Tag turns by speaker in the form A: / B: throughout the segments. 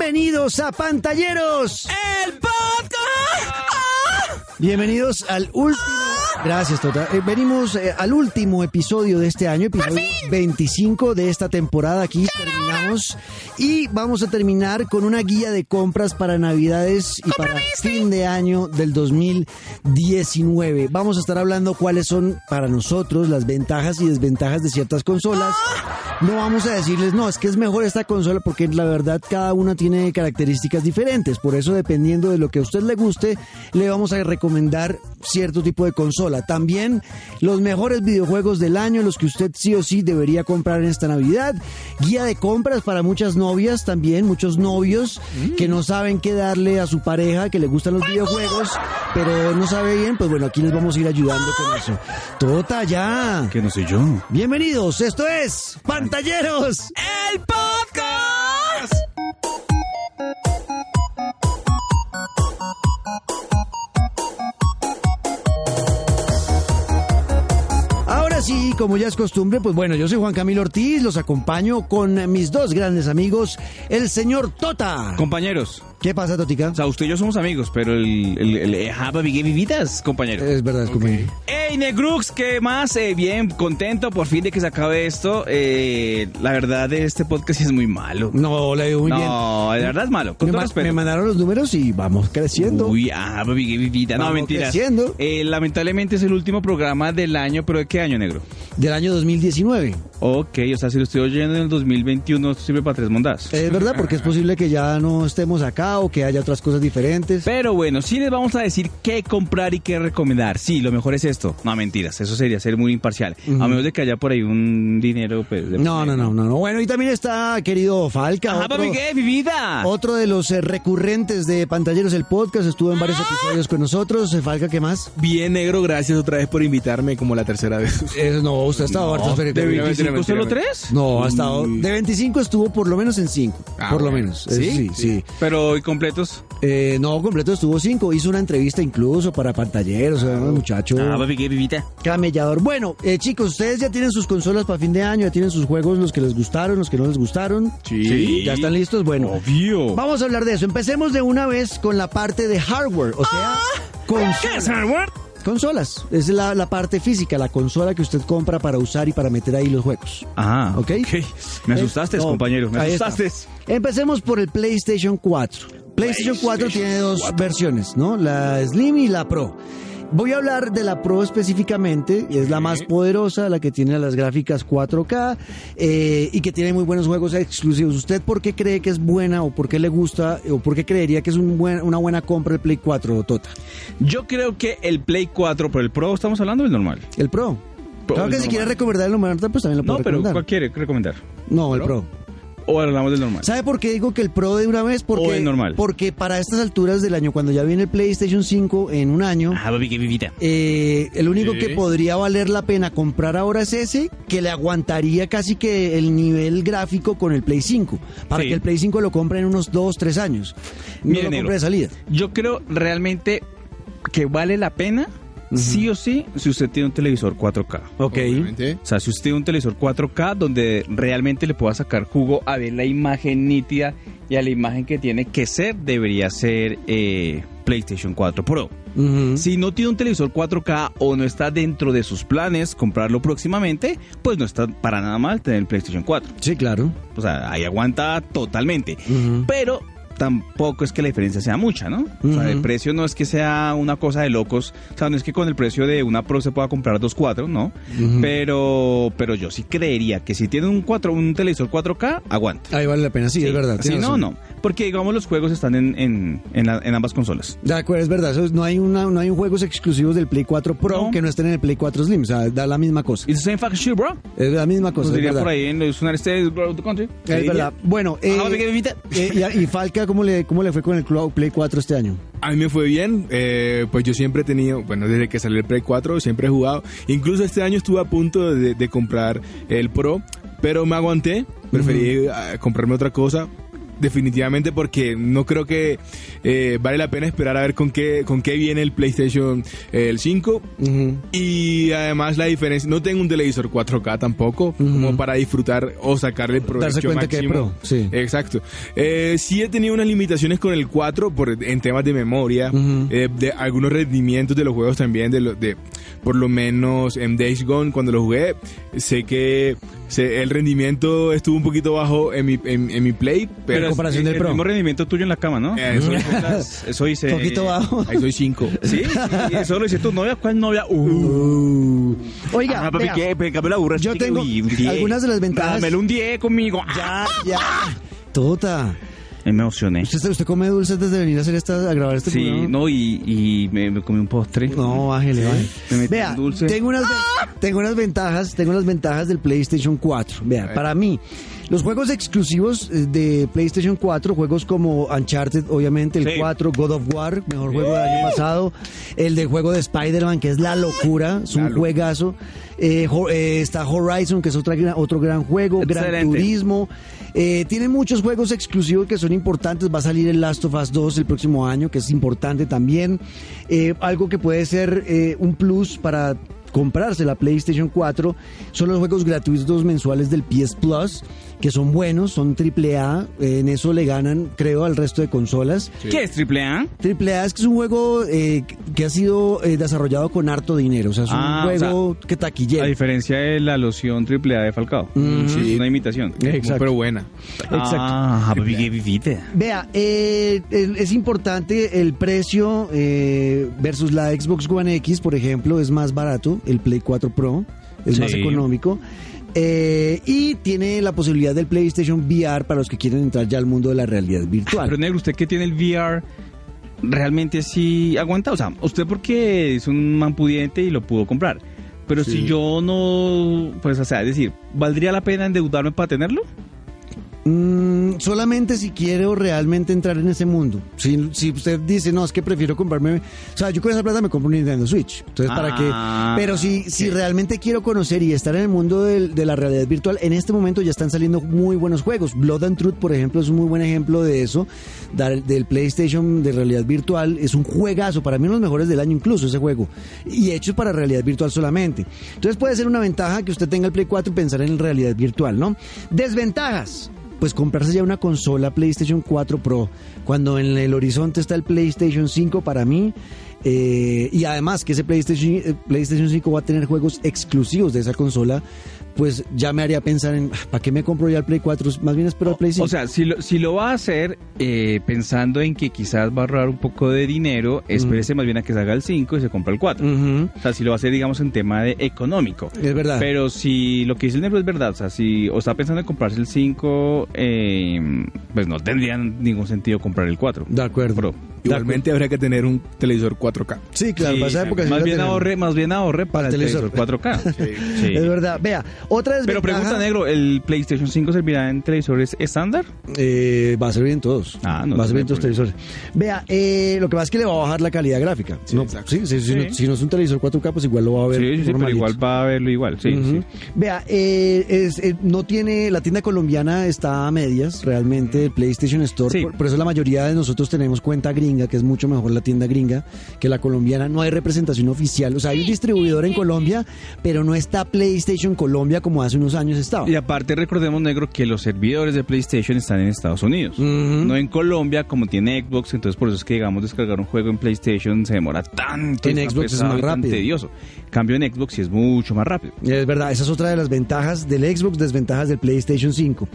A: queridos apantalleros.
B: ¡El podcast!
A: Bienvenidos al último. Gracias, Tota. Eh, venimos eh, al último episodio de este año, episodio 25 de esta temporada. Aquí terminamos. Y vamos a terminar con una guía de compras para Navidades y para fin de año del 2019. Vamos a estar hablando cuáles son para nosotros las ventajas y desventajas de ciertas consolas. No vamos a decirles, no, es que es mejor esta consola porque la verdad cada una tiene características diferentes. Por eso, dependiendo de lo que a usted le guste, le vamos a recomendar cierto tipo de consola. También los mejores videojuegos del año, los que usted sí o sí debería comprar en esta Navidad. Guía de compras para muchas novias también, muchos novios que no saben qué darle a su pareja, que le gustan los videojuegos, pero no sabe bien. Pues bueno, aquí les vamos a ir ayudando con eso. Tota, ya.
C: Que no soy yo.
A: Bienvenidos, esto es Pantalleros.
B: ¡El podcast!
A: Ahora sí, como ya es costumbre, pues bueno, yo soy Juan Camilo Ortiz, los acompaño con mis dos grandes amigos, el señor Tota.
C: Compañeros,
A: ¿Qué pasa, Totica?
C: o sea, usted y yo somos amigos, pero el, el, el, eh, Japa Vigue Vivitas, compañero.
A: Es verdad, es compañero.
C: ¡Ey, Negrux! ¿Qué más? Eh, bien, contento por fin de que se acabe esto. Eh, la verdad, este podcast sí es muy malo.
A: No, le digo muy bien.
C: no, la verdad es malo. Con
A: Me,
C: todo
A: ma-
C: respeto.
A: me mandaron los números y vamos creciendo.
C: Uy, Japa Vigue Vivita. No,
A: Vamos
C: mentiras.
A: creciendo.
C: Eh, lamentablemente es el último programa del año, pero ¿de qué año, negro?
A: Del año 2019.
C: Ok, o sea, si lo estoy oyendo en el 2021, esto sirve para tres mondas.
A: Es verdad, porque es posible que ya no estemos acá o que haya otras cosas diferentes.
C: Pero bueno, sí les vamos a decir qué comprar y qué recomendar. Sí, lo mejor es esto. No, mentiras, eso sería ser muy imparcial. A menos de que haya por ahí un dinero, pues... de-
A: No, no, no, no, no. Bueno, y también está, querido Falca.
C: Ajá,
A: otro-
C: papi, ¿qué? Mi vida.
A: Otro de los eh, recurrentes de Pantalleros el podcast estuvo en
C: Ah.
A: varios episodios con nosotros. Eh, Falca, ¿qué más?
D: Bien, negro, gracias otra vez por invitarme como la tercera vez.
A: Eh, no, usted ha estado
D: harto,
A: de,
D: espere, espere, espere.
C: 25,
D: mentira,
C: ¿Solo
D: mentira.
C: tres?
A: No, ha estado de 25 estuvo por lo menos en 5,
D: Ah,
A: por lo
D: bueno.
A: menos.
D: ¿Sí?
A: Eh, sí, sí.
C: Pero, ¿y completos?
A: Eh, no, completo estuvo 5, hizo una entrevista incluso para Pantalleros, eh, muchacho.
C: Ah, papi, ¿qué? Vivita.
A: Camellador. Bueno, eh, chicos, ustedes ya tienen sus consolas para fin de año, ya tienen sus juegos, los que les gustaron, los que no les gustaron.
D: Sí.
A: ¿Ya están listos? Bueno,
C: Obvio.
A: vamos a hablar de eso. Empecemos de una vez con la parte de hardware, o sea, consolas. Consolas. Es la, la parte física, la consola que usted compra para usar y para meter ahí los juegos.
C: Ah,
A: ¿Ok?
C: ok. Me asustaste,
A: Eh, no,
C: compañero, me
A: ahí está.
C: asustaste.
A: Empecemos por el PlayStation 4. PlayStation 4 tiene dos versiones, ¿no? La Slim y la Pro. Voy a hablar de la Pro específicamente, es la más poderosa, la que tiene las gráficas 4K eh, y que tiene muy buenos juegos exclusivos. ¿Usted por qué cree que es buena o por qué le gusta o por qué creería que es un buen- una buena compra el Play 4, Tota?
C: Yo creo que el Play 4, pero el Pro, ¿estamos hablando del normal?
A: El Pro.
C: Pro,
A: claro que
C: el
A: si
C: normal.
A: quiere recomendar el normal, pues también lo
C: No,
A: puedo
C: pero
A: recomendar.
C: ¿cuál quiere recomendar?
A: No, el Pro.
C: ¿O hablamos del normal?
A: ¿Sabe por qué digo que el Pro de una vez? Porque,
C: O el normal.
A: Porque para estas alturas del año, cuando ya viene el PlayStation 5 en un año,
C: Ah, papi, ¿qué? Vivita.
A: eh, el único
D: Sí.
A: que podría valer la pena comprar ahora es ese, que le aguantaría casi que el nivel gráfico con el Play 5, para
C: Sí.
A: que el Play 5 lo compre en unos 2, 3 años. No
C: Mire,
A: lo
C: negro.
A: compre de salida.
C: Yo creo realmente que vale la pena, sí o sí, si usted tiene un televisor 4K.
A: Ok.
D: Obviamente.
C: O sea, si usted tiene un televisor 4K donde realmente le pueda sacar jugo a ver la imagen nítida y a la imagen que tiene que ser, debería ser eh, PlayStation 4 Pro.
A: Ujú.
C: Si no tiene un televisor 4K o no está dentro de sus planes comprarlo próximamente, pues no está para nada mal tener el PlayStation 4.
A: Sí, claro.
C: O sea, ahí aguanta totalmente.
A: Ujú.
C: Pero tampoco es que la diferencia sea mucha, ¿no? O
A: Ujú.
C: sea, el precio no es que sea una cosa de locos. O sea, no es que con el precio de una Pro se pueda comprar dos 4, ¿no?
A: Ujú.
C: Pero pero yo sí creería que si tiene un 4, un televisor 4K, aguanta.
A: Ahí vale la pena, sí, es verdad.
C: Si
A: tiene
C: no,
A: razón.
C: no. Porque, digamos, los juegos están en, en, en la- en ambas consolas.
A: De acuerdo, es verdad. eso es- no, hay una, no hay juegos exclusivos del Play 4 Pro
C: No.
A: que no estén en el Play 4 Slim. O sea, da la misma cosa.
C: It's the same fucking shit, bro.
A: Es la misma cosa. Pues
C: Nos
A: es
C: pues diría
A: verdad.
C: por ahí en los United States, bro, the country.
A: Es verdad. Bueno, eh,
C: Ajá, ¿qué, Vivita?
A: eh, y, a- y Falca, ¿cómo le, ¿cómo le fue con el Club Play 4 este año?
D: A mí me fue bien, eh, pues yo siempre he tenido, bueno, desde que salió el Play 4 siempre he jugado. Incluso este año estuve a punto de, de comprar el Pro, pero me aguanté. Preferí eh, ah, comprarme otra cosa. definitivamente porque no creo que eh, vale la pena esperar a ver con qué, con qué viene el PlayStation eh, el 5.
A: Ujú.
D: Y además la diferencia, no tengo un televisor 4K tampoco, como para disfrutar o sacarle el provecho
A: Darse cuenta que es
D: máximo.
A: pro, sí.
D: Exacto. Eh, sí he tenido unas limitaciones con el 4 por, en temas de memoria,
A: Ujú.
D: eh, de algunos rendimientos de los juegos también, de, lo- de por lo menos en Days Gone cuando lo jugué, sé que sé- el rendimiento estuvo un poquito bajo en mi, en, en mi play,
A: En
D: pero...
A: comparación
C: es-
A: del
C: el
A: Pro.
C: mismo rendimiento tuyo en la cama, ¿no?
D: Eh, eso-
C: Eso hice.
A: Poquito bajo.
D: ahí soy 5.
C: Sí, sí, sí, eso lo hice tu novia. ¿Cuál novia? Uh.
A: Uh. Oiga,
C: Ah, papi,
A: vea,
C: ¿qué? Pégame la burra,
A: Yo
C: chique,
A: tengo
C: uy, un diez.
A: algunas de las ventajas.
C: Dámelo un 10 conmigo. Ah. Eh,
A: ya, ya. Tota,
C: Me emocioné.
A: ¿usted, usted come dulces desde venir a, hacer esta, a grabar este
C: Sí,
A: programa?
C: no, y, y me, me comí un postre.
A: No, bájele, bájele.
C: Me metí
A: Vea,
C: un dulce.
A: tengo unas, ven- tengo unas ventajas, tengo unas ventajas del PlayStation 4. Vea, para mí, los juegos exclusivos eh, de PlayStation 4, juegos como Uncharted, obviamente, el
C: Sí.
A: 4, God of War, mejor juego del año pasado, el del juego de Spider-Man, que es la locura, es un juegazo. eh, Ho- eh, está Horizon, que es otra, gra- otro gran juego, Gran
C: Excelente.
A: Turismo. eh, tiene muchos juegos exclusivos que son importantes. Va a salir el Last of Us 2 el próximo año, que es importante también. Eh, algo que puede ser eh, un plus para comprarse la PlayStation 4 son los juegos gratuitos mensuales del PS Plus, que son buenos, son triple A. eh, en eso le ganan, creo, al resto de consolas.
C: ¿Qué es triple A?
A: Triple A es que es un juego eh, que ha sido eh, desarrollado con harto dinero. O sea, es un
C: Ah, o
A: juego que taquillero.
C: A diferencia de la loción triple A de Falcao.
D: Sí.
C: Es una imitación.
A: Exacto.
D: Pero buena.
A: Mm-hmm. Exacto.
C: Ah, papi, qué vivite.
A: Vea, eh, el- es importante el precio eh, versus la Xbox One X, por ejemplo, es más barato, el Play 4 Pro es más
C: Sí.
A: económico. eh, y tiene la posibilidad del PlayStation VR para los que quieren entrar ya al mundo de la realidad virtual.
C: Pero negro, usted que tiene el VR, realmente sí aguanta. O sea, usted porque es un man pudiente y lo pudo comprar. Pero si yo no, pues, o sea, es decir, ¿valdría la pena endeudarme para tenerlo?
A: Mm, solamente si quiero realmente entrar en ese mundo. Si, si usted dice, no, es que prefiero comprarme. O sea, yo con esa plata me compro un Nintendo Switch. Entonces, ¿para
C: Ah,
A: qué? Pero si, si realmente quiero conocer y estar en el mundo del- de la realidad virtual, en este momento ya están saliendo muy buenos juegos. Blood and Truth, por ejemplo, es un muy buen ejemplo de eso. Dar- del PlayStation de realidad virtual. Es un juegazo. Para mí, uno de los mejores del año, incluso ese juego. Y hecho para realidad virtual solamente. Entonces, puede ser una ventaja que usted tenga el Play 4 y pensar en realidad virtual, ¿no? Desventajas pues comprarse ya una consola PlayStation 4 Pro, cuando en el horizonte está el PlayStation 5 para mí, eh, y además que ese PlayStation, eh, PlayStation 5 va a tener juegos exclusivos de esa consola, pues ya me haría pensar en, "Ah, ¿para qué me compro ya el Play 4? Más bien espero el Play 5.
C: O sea, si lo, si lo va a hacer eh, pensando en que quizás va a ahorrar un poco de dinero,
A: Mm.
C: espérese más bien a que salga el 5 y se compra el 4.
A: Ujú,
C: O sea, si lo va a hacer, digamos, en tema de económico.
A: es verdad.
C: Pero si lo que dice el negro es verdad, o sea, si o está pensando en comprarse el 5, eh, pues no tendría ningún sentido comprar el 4.
A: de acuerdo.
C: Pro.
D: Igualmente habría que tener un televisor 4K.
A: Sí, claro,
C: Sí,
A: para esa
C: sí.
A: época sí
C: más
A: la
C: bien
A: tenemos.
C: ahorre, más bien ahorre
A: Para
C: para, el
A: el
C: televisor
A: televisor.
C: 4K. Sí.
A: Es verdad. Vea, otra
C: Pero
A: desventaja...
C: pregunta negro, ¿el PlayStation 5 servirá en televisores estándar?
A: Eh, va a servir en todos.
C: Ah, no
A: va a servir en
C: tiene
A: todos los televisores. Vea, eh, lo que pasa es que le va a bajar la calidad gráfica.
D: Sí,
A: No,
D: exacto.
A: sí, sí, Si,
C: Sí.
A: no, si no es un televisor 4K, pues igual lo va a ver.
C: Sí, sí, sí, pero
A: normalito.
C: igual va a verlo igual, sí,
A: Ujú.
C: sí.
A: Vea, eh, es- eh, no tiene, la tienda colombiana está a medias, realmente, el PlayStation Store.
C: Sí.
A: Por, por eso la mayoría de nosotros tenemos cuenta gringa, que es mucho mejor la tienda gringa que la colombiana. No hay representación oficial. O sea, hay un distribuidor en Colombia, pero no está PlayStation Colombia como hace unos años estaba.
C: Y aparte recordemos, negro, que los servidores de PlayStation están en Estados Unidos, no en Colombia como tiene Xbox, entonces por eso es que, digamos, descargar un juego en PlayStation se demora tanto.
A: En
C: es tan
A: Xbox es
C: pesado
A: más
C: y tan
A: rápido.
C: tedioso. Cambio en Xbox y es mucho más rápido.
A: Es verdad, esa es otra de las ventajas del Xbox, desventajas del PlayStation 5.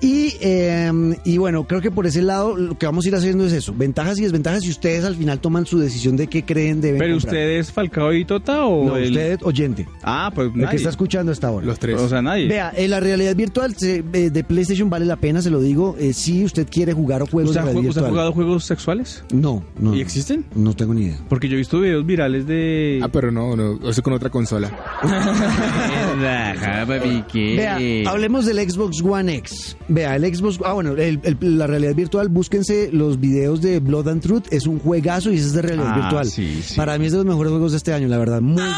A: Y, eh, y bueno, creo que por ese lado lo que vamos a ir haciendo es eso, ventajas y desventajas y ustedes al final toman su decisión de qué creen deben
C: ¿Pero
A: comprar.
C: usted es Falcao y Tota o
A: No,
C: el-
A: usted oyente,
C: Ah, pues
A: el que
C: nadie.
A: está escuchando hasta ahora.
D: Los tres.
C: O sea, nadie.
A: Vea, eh, la realidad virtual se- eh, de PlayStation vale la pena, se lo digo, eh, si usted quiere jugar o juegos de
C: ¿Usted ha,
A: realidad
C: jue- usted ha
A: pues, virtual. Mm.
C: jugado juegos sexuales?
A: No, no.
C: ¿Y existen?
A: No tengo ni idea.
C: Porque yo he visto videos virales de...
A: pues,
D: Ah, pero no, no, eso con otra consola.
C: Ajá,
A: pues,
C: papi, ¿qué?
A: Vea, hablemos del Xbox One X. Vea, el Xbox. Ah, bueno, el- el- la realidad virtual, búsquense los videos de Blood and Truth. Es un juegazo y ese es de realidad
C: Ah,
A: virtual.
C: sí, sí. ¡Ah!
A: Para mí es de los mejores juegos de este año, la verdad. Muy bien.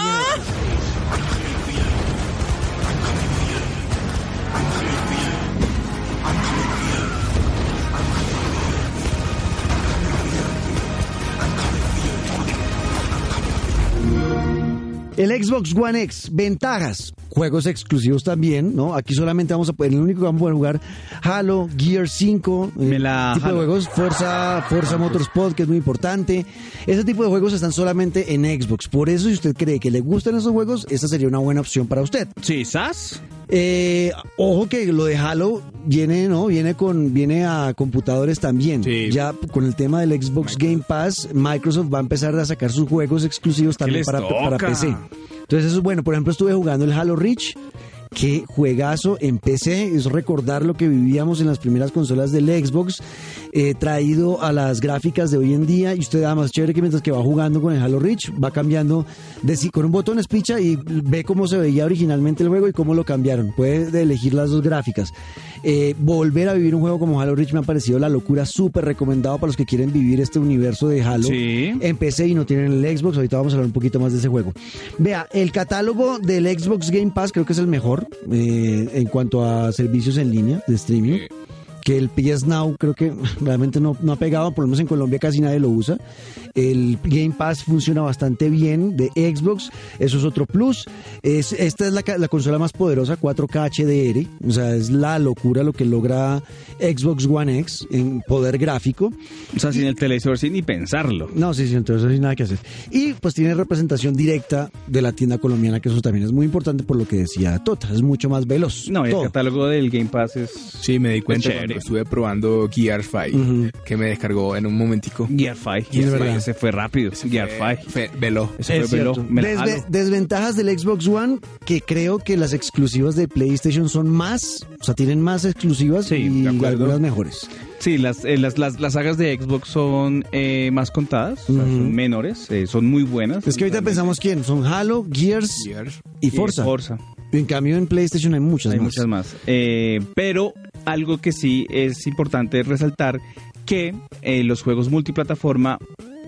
A: El Xbox One X, ventajas, juegos exclusivos también, ¿no? Aquí solamente vamos a poder, el único que vamos a poder jugar, Halo, Gear 5, eh,
C: Me la
A: tipo
C: jalo.
A: de juegos, Forza, Forza Motorsport, que es muy importante. Ese tipo de juegos están solamente en Xbox. Por eso, si usted cree que le gustan esos juegos, esta sería una buena opción para usted.
C: Sí, ¿sas?
A: Eh, ojo que lo de Halo viene, ¿no? Viene con viene a computadores también.
D: Sí.
A: Ya con el tema del Xbox Game Pass, Microsoft va a empezar a sacar sus juegos exclusivos también
C: les
A: para, para
C: toca?
A: PC. Entonces eso es bueno. Por ejemplo, estuve jugando el Halo Reach. Qué juegazo en PC, es recordar lo que vivíamos en las primeras consolas del Xbox, eh, traído a las gráficas de hoy en día. Y usted, además, chévere que mientras que va jugando con el Halo Reach, va cambiando de si- con un botón es picha y ve cómo se veía originalmente el juego y cómo lo cambiaron. Puede elegir las dos gráficas. Eh, volver a vivir un juego como Halo Reach me ha parecido la locura, súper recomendado para los que quieren vivir este universo de Halo
C: Sí.
A: en PC y no tienen el Xbox. Ahorita vamos a hablar un poquito más de ese juego. Vea, el catálogo del Xbox Game Pass creo que es el mejor eh, en cuanto a servicios en línea de streaming. Que el PS Now creo que realmente no, no ha pegado, por lo menos en Colombia casi nadie lo usa. El Game Pass funciona bastante bien de Xbox, eso es otro plus. Es, esta es la, ca- la consola más poderosa, 4K HDR, o sea, es la locura lo que logra Xbox One X en poder gráfico.
C: O sea, sin el televisor, sin ni pensarlo.
A: No, sí, sí, entonces hay nada que hacer. Y pues tiene representación directa de la tienda colombiana, que eso también es muy importante por lo que decía Tota, es mucho más veloz.
C: No, y el
A: todo.
C: catálogo del Game Pass es
D: Sí, me di cuenta
C: Chévere.
D: cuando estuve probando Gear 5,
A: Ujú.
D: que me descargó en un momentico. Eh,
C: Gear 5.
A: Es
C: Gear
A: verdad.
C: 5 se fue rápido. Gear 5.
D: Fe- veloz.
C: Ese
A: Es
C: fue veloz.
A: cierto.
C: Me la
A: Desve-
C: jalo.
A: desventajas del Xbox One, que creo que las exclusivas de PlayStation son más, o sea, tienen más exclusivas
C: Sí,
A: y
D: de acuerdo.
A: algunas mejores.
C: Sí, las, eh, las, las, las sagas de Xbox son eh, más contadas, o sea,
A: Ujú.
C: son menores, eh, son muy buenas.
A: Es que ahorita pensamos quién, son Halo, Gears
D: Gear.
A: y
C: Y
A: Forza. En cambio en PlayStation hay muchas
C: Hay
A: más.
C: muchas más. Eh, pero algo que sí es importante resaltar que eh, los juegos multiplataforma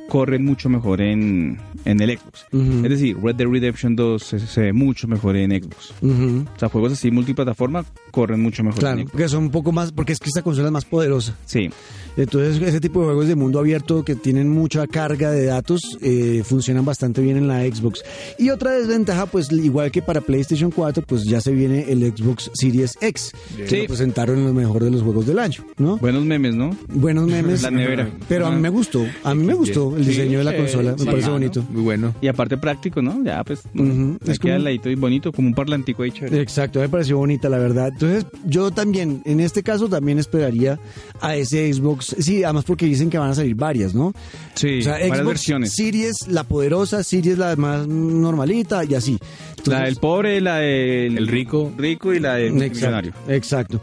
C: corren mucho mejor en, en el Xbox.
A: Ujú.
C: Es decir, Red Dead Redemption 2 se, se ve mucho mejor en Xbox.
A: Ujú.
C: O sea, juegos así multiplataforma corren mucho mejor
A: Claro,
C: en Xbox.
A: porque son un poco más, porque es que esta consola es más poderosa.
C: Sí.
A: Entonces, ese tipo de juegos de mundo abierto que tienen mucha carga de datos eh, funcionan bastante bien en la Xbox. Y otra desventaja, pues igual que para PlayStation 4, pues ya se viene el Xbox Series X, que
C: Sí.
A: lo presentaron en lo mejor de los juegos del año, ¿no?
C: Buenos memes, ¿no?
A: Buenos memes.
C: La nevera.
A: Pero a mí me gustó, a mí me gustó el
D: Sí,
A: diseño de la
D: sí,
A: consola, me
D: sí,
A: parece
D: ¿no?
A: bonito.
D: Muy bueno.
C: Y aparte práctico, ¿no? Ya, pues,
A: Ujú.
C: le
A: Es
C: queda
A: como- Eh,
C: al ladito y bonito, como un parlantico ahí chévere.
A: Exacto, me pareció bonita la verdad. Entonces, yo también, en este caso, también esperaría a ese Xbox. Sí, además porque dicen que van a salir varias, ¿no?
C: Sí,
A: O sea,
C: varias
A: Xbox
C: versiones.
A: Series, la poderosa, Series la más normalita y así. Entonces-
C: la del pobre, la del
D: El rico.
C: rico y la del
A: Exacto,
C: millonario.
A: exacto.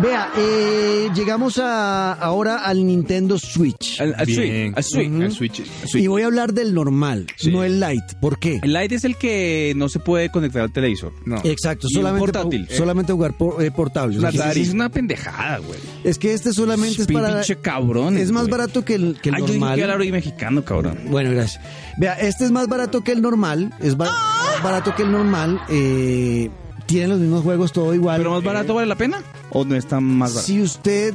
A: Vea, eh, llegamos a, ahora al Nintendo Switch.
C: Al- al
D: Bien.
C: Switch, al Switch.
A: Ujú.
D: Al Switch. al Switch.
A: Y voy a hablar del normal,
D: Sí.
A: no el light. ¿Por qué?
C: El Lite es el que no se puede conectar al televisor.
D: No.
A: Exacto,
C: Y un
A: solamente, pa-
C: portátil.
A: solamente jugar por, eh, portable.
C: La
A: O sea,
C: Atari es una pendejada, güey.
A: Es que este solamente es para...
C: Pinche cabrón.
A: Es más barato que el, que el
C: Ay, yo dije
A: normal.
C: que era y mexicano, cabrón.
A: Bueno, gracias. Vea, este es más barato que el normal. Es ba- más barato que el normal. Eh, tienen los mismos juegos, todo igual.
C: ¿Pero más barato vale la pena? ¿O no es tan más barato?
A: Si usted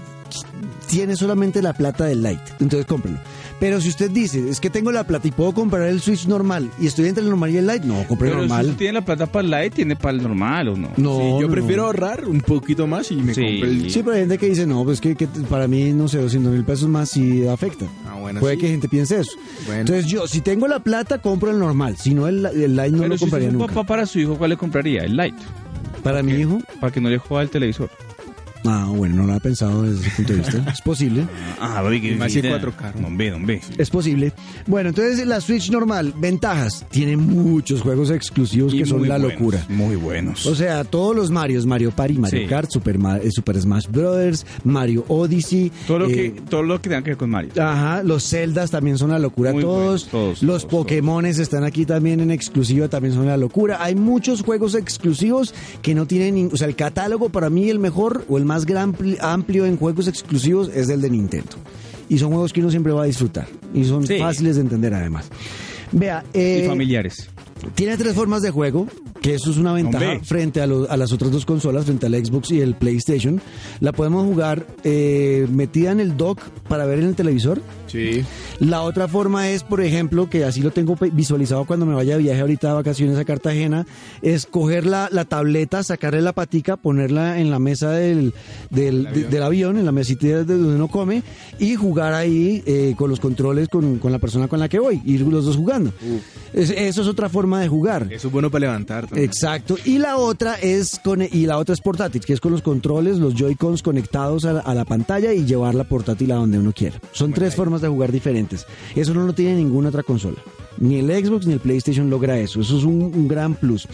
A: tiene solamente la plata del Lite, entonces cómprelo. Pero si usted dice, es que tengo la plata y puedo comprar el Switch normal y estoy entre el normal y el Lite, no, compre
C: Pero
A: el
C: normal. si
A: normal.
C: usted tiene la plata para el Lite, tiene para el normal o no.
A: No,
D: Sí, yo
A: no,
D: prefiero
A: no.
D: ahorrar un poquito más y me
C: Sí.
D: compro el
A: Sí, pero hay gente que dice, no, pues que, que para mí, no sé, 200 mil pesos más sí afecta.
D: Ah, bueno,
A: Puede
D: sí.
A: que gente piense eso.
D: Bueno.
A: Entonces yo, si tengo la plata, compro el normal. Si no, el, el Lite no
C: Pero
A: lo
C: si usted
A: compraría
C: es un
A: nunca.
C: papá para su hijo, ¿cuál le compraría? El Lite.
A: Para mi hijo,
C: Para que no le juegue al televisor.
A: Ah, bueno, no lo ha pensado desde ese punto de vista. Es posible.
C: Ah, baby, que
D: Más de 4K, ¿no?
C: Don B, don B.
A: Es posible. Bueno, entonces la Switch normal, ventajas. Tiene muchos juegos exclusivos que son la locura.
C: Muy buenos.
A: O sea, todos los Marios, Mario Party, Mario
C: Sí.
A: Kart, Super, Ma- eh, Super Smash Brothers, Mario Odyssey.
C: todo, lo
A: eh,
C: que, todo lo que tenga que ver con Mario.
A: Ajá, los Zeldas también son la locura.
C: Muy
A: Todos,
C: buenos, todos,
A: los
C: todos,
A: Pokémones están aquí también en exclusiva, también son la locura. Hay muchos juegos exclusivos que no tienen, nin- o sea, el catálogo para mí el mejor o el más gran pli- amplio en juegos exclusivos es el de Nintendo. Y son juegos que uno siempre va a disfrutar y son
C: Sí.
A: fáciles de entender además. Vea,
C: Y
A: eh,
C: familiares.
A: tiene tres formas de juego, que eso es una ventaja
C: Hombre.
A: frente a, lo- a las otras dos consolas, frente al Xbox y el PlayStation. La podemos jugar eh, metida en el dock para ver en el televisor.
D: Sí. Sí.
A: La otra forma es, por ejemplo, que así lo tengo pe- visualizado cuando me vaya de viaje ahorita de vacaciones a Cartagena, es coger la, la tableta, sacarle la patica, ponerla en la mesa del, del, de- del avión, en la mesita de donde uno come, y jugar ahí eh, con los controles con, con la persona con la que voy, ir los dos jugando. Es- eso es otra forma de jugar.
D: Eso es bueno para levantar. también.
A: Exacto. Y la otra es con y la otra es portátil, que es con los controles, los Joy-Cons conectados a la, a la pantalla y llevar la portátil a donde uno quiera. Son tres formas de jugar diferentes. Eso no lo tiene ninguna otra consola. Ni el Xbox ni el PlayStation logra eso. Eso es un, un gran plus.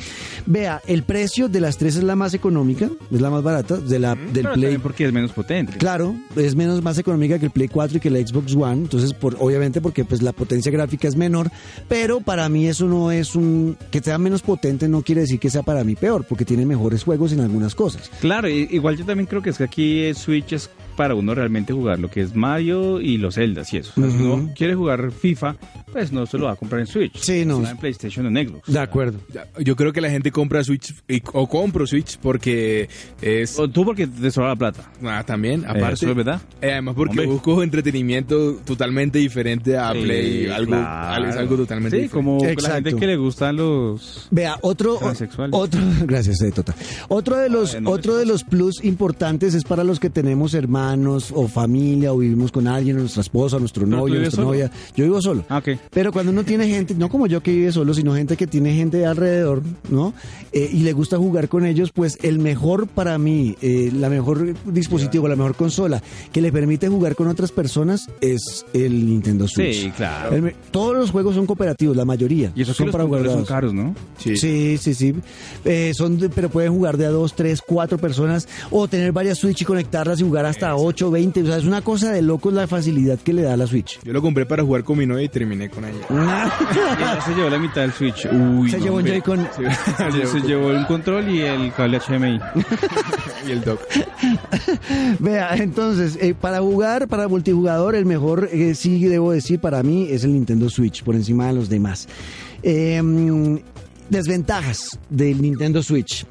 A: Vea, el precio de las tres es la más económica, es la más barata de la del
C: Mm, Pero
A: Play.
C: también porque es menos potente.
A: Claro, es menos más económica que el Play 4 y que el Xbox One, entonces por obviamente porque pues la potencia gráfica es menor, pero para mí eso no es un que sea menos potente no quiere decir que sea para mí peor, porque tiene mejores juegos en algunas cosas.
C: Claro, i- igual yo también creo que es que aquí eh, Switch es para uno realmente jugar lo que es Mario y los Zeldas y eso. O sea, Si uno quiere jugar FIFA, pues no se lo va a comprar en Switch.
A: Sí, no.
C: Se lo da en PlayStation o en Xbox.
A: acuerdo.
D: Ya, Yo creo que la gente compra Switch y- o compro Switch porque es
C: O tú porque te sobra la plata.
D: Ah, también, aparte.
C: Eso es verdad.
D: Eh, además porque
C: Hombre.
D: busco entretenimiento totalmente diferente a
C: Sí,
D: Play, algo,
C: claro.
D: es algo totalmente
C: Sí,
D: diferente.
C: como la
A: Exacto.
C: gente que le gustan los...
A: Vea, otro
C: Transexuales.
A: otro gracias eh, Tota. Otro de los
C: Ay, no me
A: otro de los plus importantes es para los que tenemos hermanos o familia o vivimos con alguien, nuestra esposa, nuestro
C: Pero tú
A: novio,
C: vives
A: nuestra
C: solo.
A: novia. Yo vivo solo.
C: Ah, ok.
A: Pero cuando uno tiene gente, no como yo que vive solo, sino gente que tiene gente alrededor, ¿no? Eh, y le gusta jugar con ellos, pues el mejor para mí, eh, la mejor dispositivo, la mejor consola que le permite jugar con otras personas es el Nintendo Switch.
C: Sí, claro.
A: El me- todos los juegos son cooperativos, la mayoría.
C: Y esos
A: son
C: que los controles son
A: dos.
C: caros, ¿no?
D: Sí.
A: Sí, sí, sí. Eh, son de- pero pueden jugar de a dos, tres, cuatro personas o tener varias Switch y conectarlas y jugar hasta ocho, veinte. O sea, es una cosa de locos la facilidad que le da la Switch.
D: Yo lo compré para jugar con mi novia y terminé con ella.
C: Y ella se llevó la mitad del Switch. Uy,
A: Se
C: no,
A: llevó un
C: hombre.
A: Joy-Con.
C: Se, se llevó un control y el cable HDMI.
A: Eh,
D: y el doc.
A: Vea, entonces, eh, para jugar, para multijugador, el mejor, eh, sí debo decir, para mí es el Nintendo Switch, por encima de los demás. Eh, mm, desventajas del Nintendo Switch.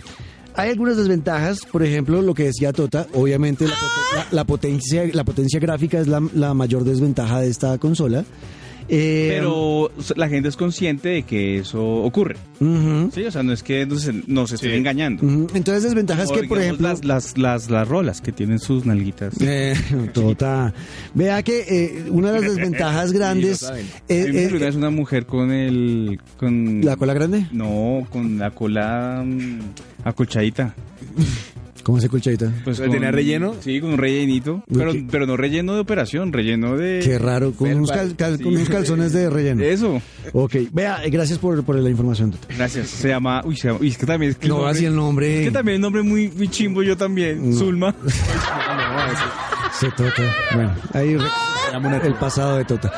A: Hay algunas desventajas, por ejemplo, lo que decía Tota, obviamente la, poten- la- la potencia, la potencia gráfica es la, la mayor desventaja de esta consola. Eh,
C: Pero la gente es consciente de que eso ocurre.
A: ujú,
C: Sí, o sea, no es que nos, nos estén
D: Sí.
C: engañando.
A: ujú. Entonces, desventajas
C: O
A: que, por
C: digamos,
A: ejemplo...
C: Las, las, las, las rolas que tienen sus nalguitas.
A: Eh, tota. Vea que eh, una de las desventajas grandes
D: saben.
A: es-
C: Hay una
A: es-
C: película, es una mujer con el. Con,
A: eh, ¿La cola grande?
C: No, con la cola mm, acolchadita.
A: ¿Cómo se colchadita?
C: Pues
D: ¿Pero tenía relleno?
C: Sí, con un rellenito.
A: Uy,
C: Pero,
A: qué-
C: pero no relleno de operación, relleno de.
A: Qué raro, con, unos, cal- cal- con unos calzones de relleno.
C: Eso.
A: Ok, vea, eh, gracias por, por la información. Tata.
C: Gracias. Se llama. Uy, se llama. Uy, es que también. Es que el
A: No,
C: nombre-
A: así el nombre.
C: Es que también el nombre es muy, muy chimbo, yo también.
A: No.
C: Zulma.
A: Se tota. Bueno, ahí re- el pasado de Tota.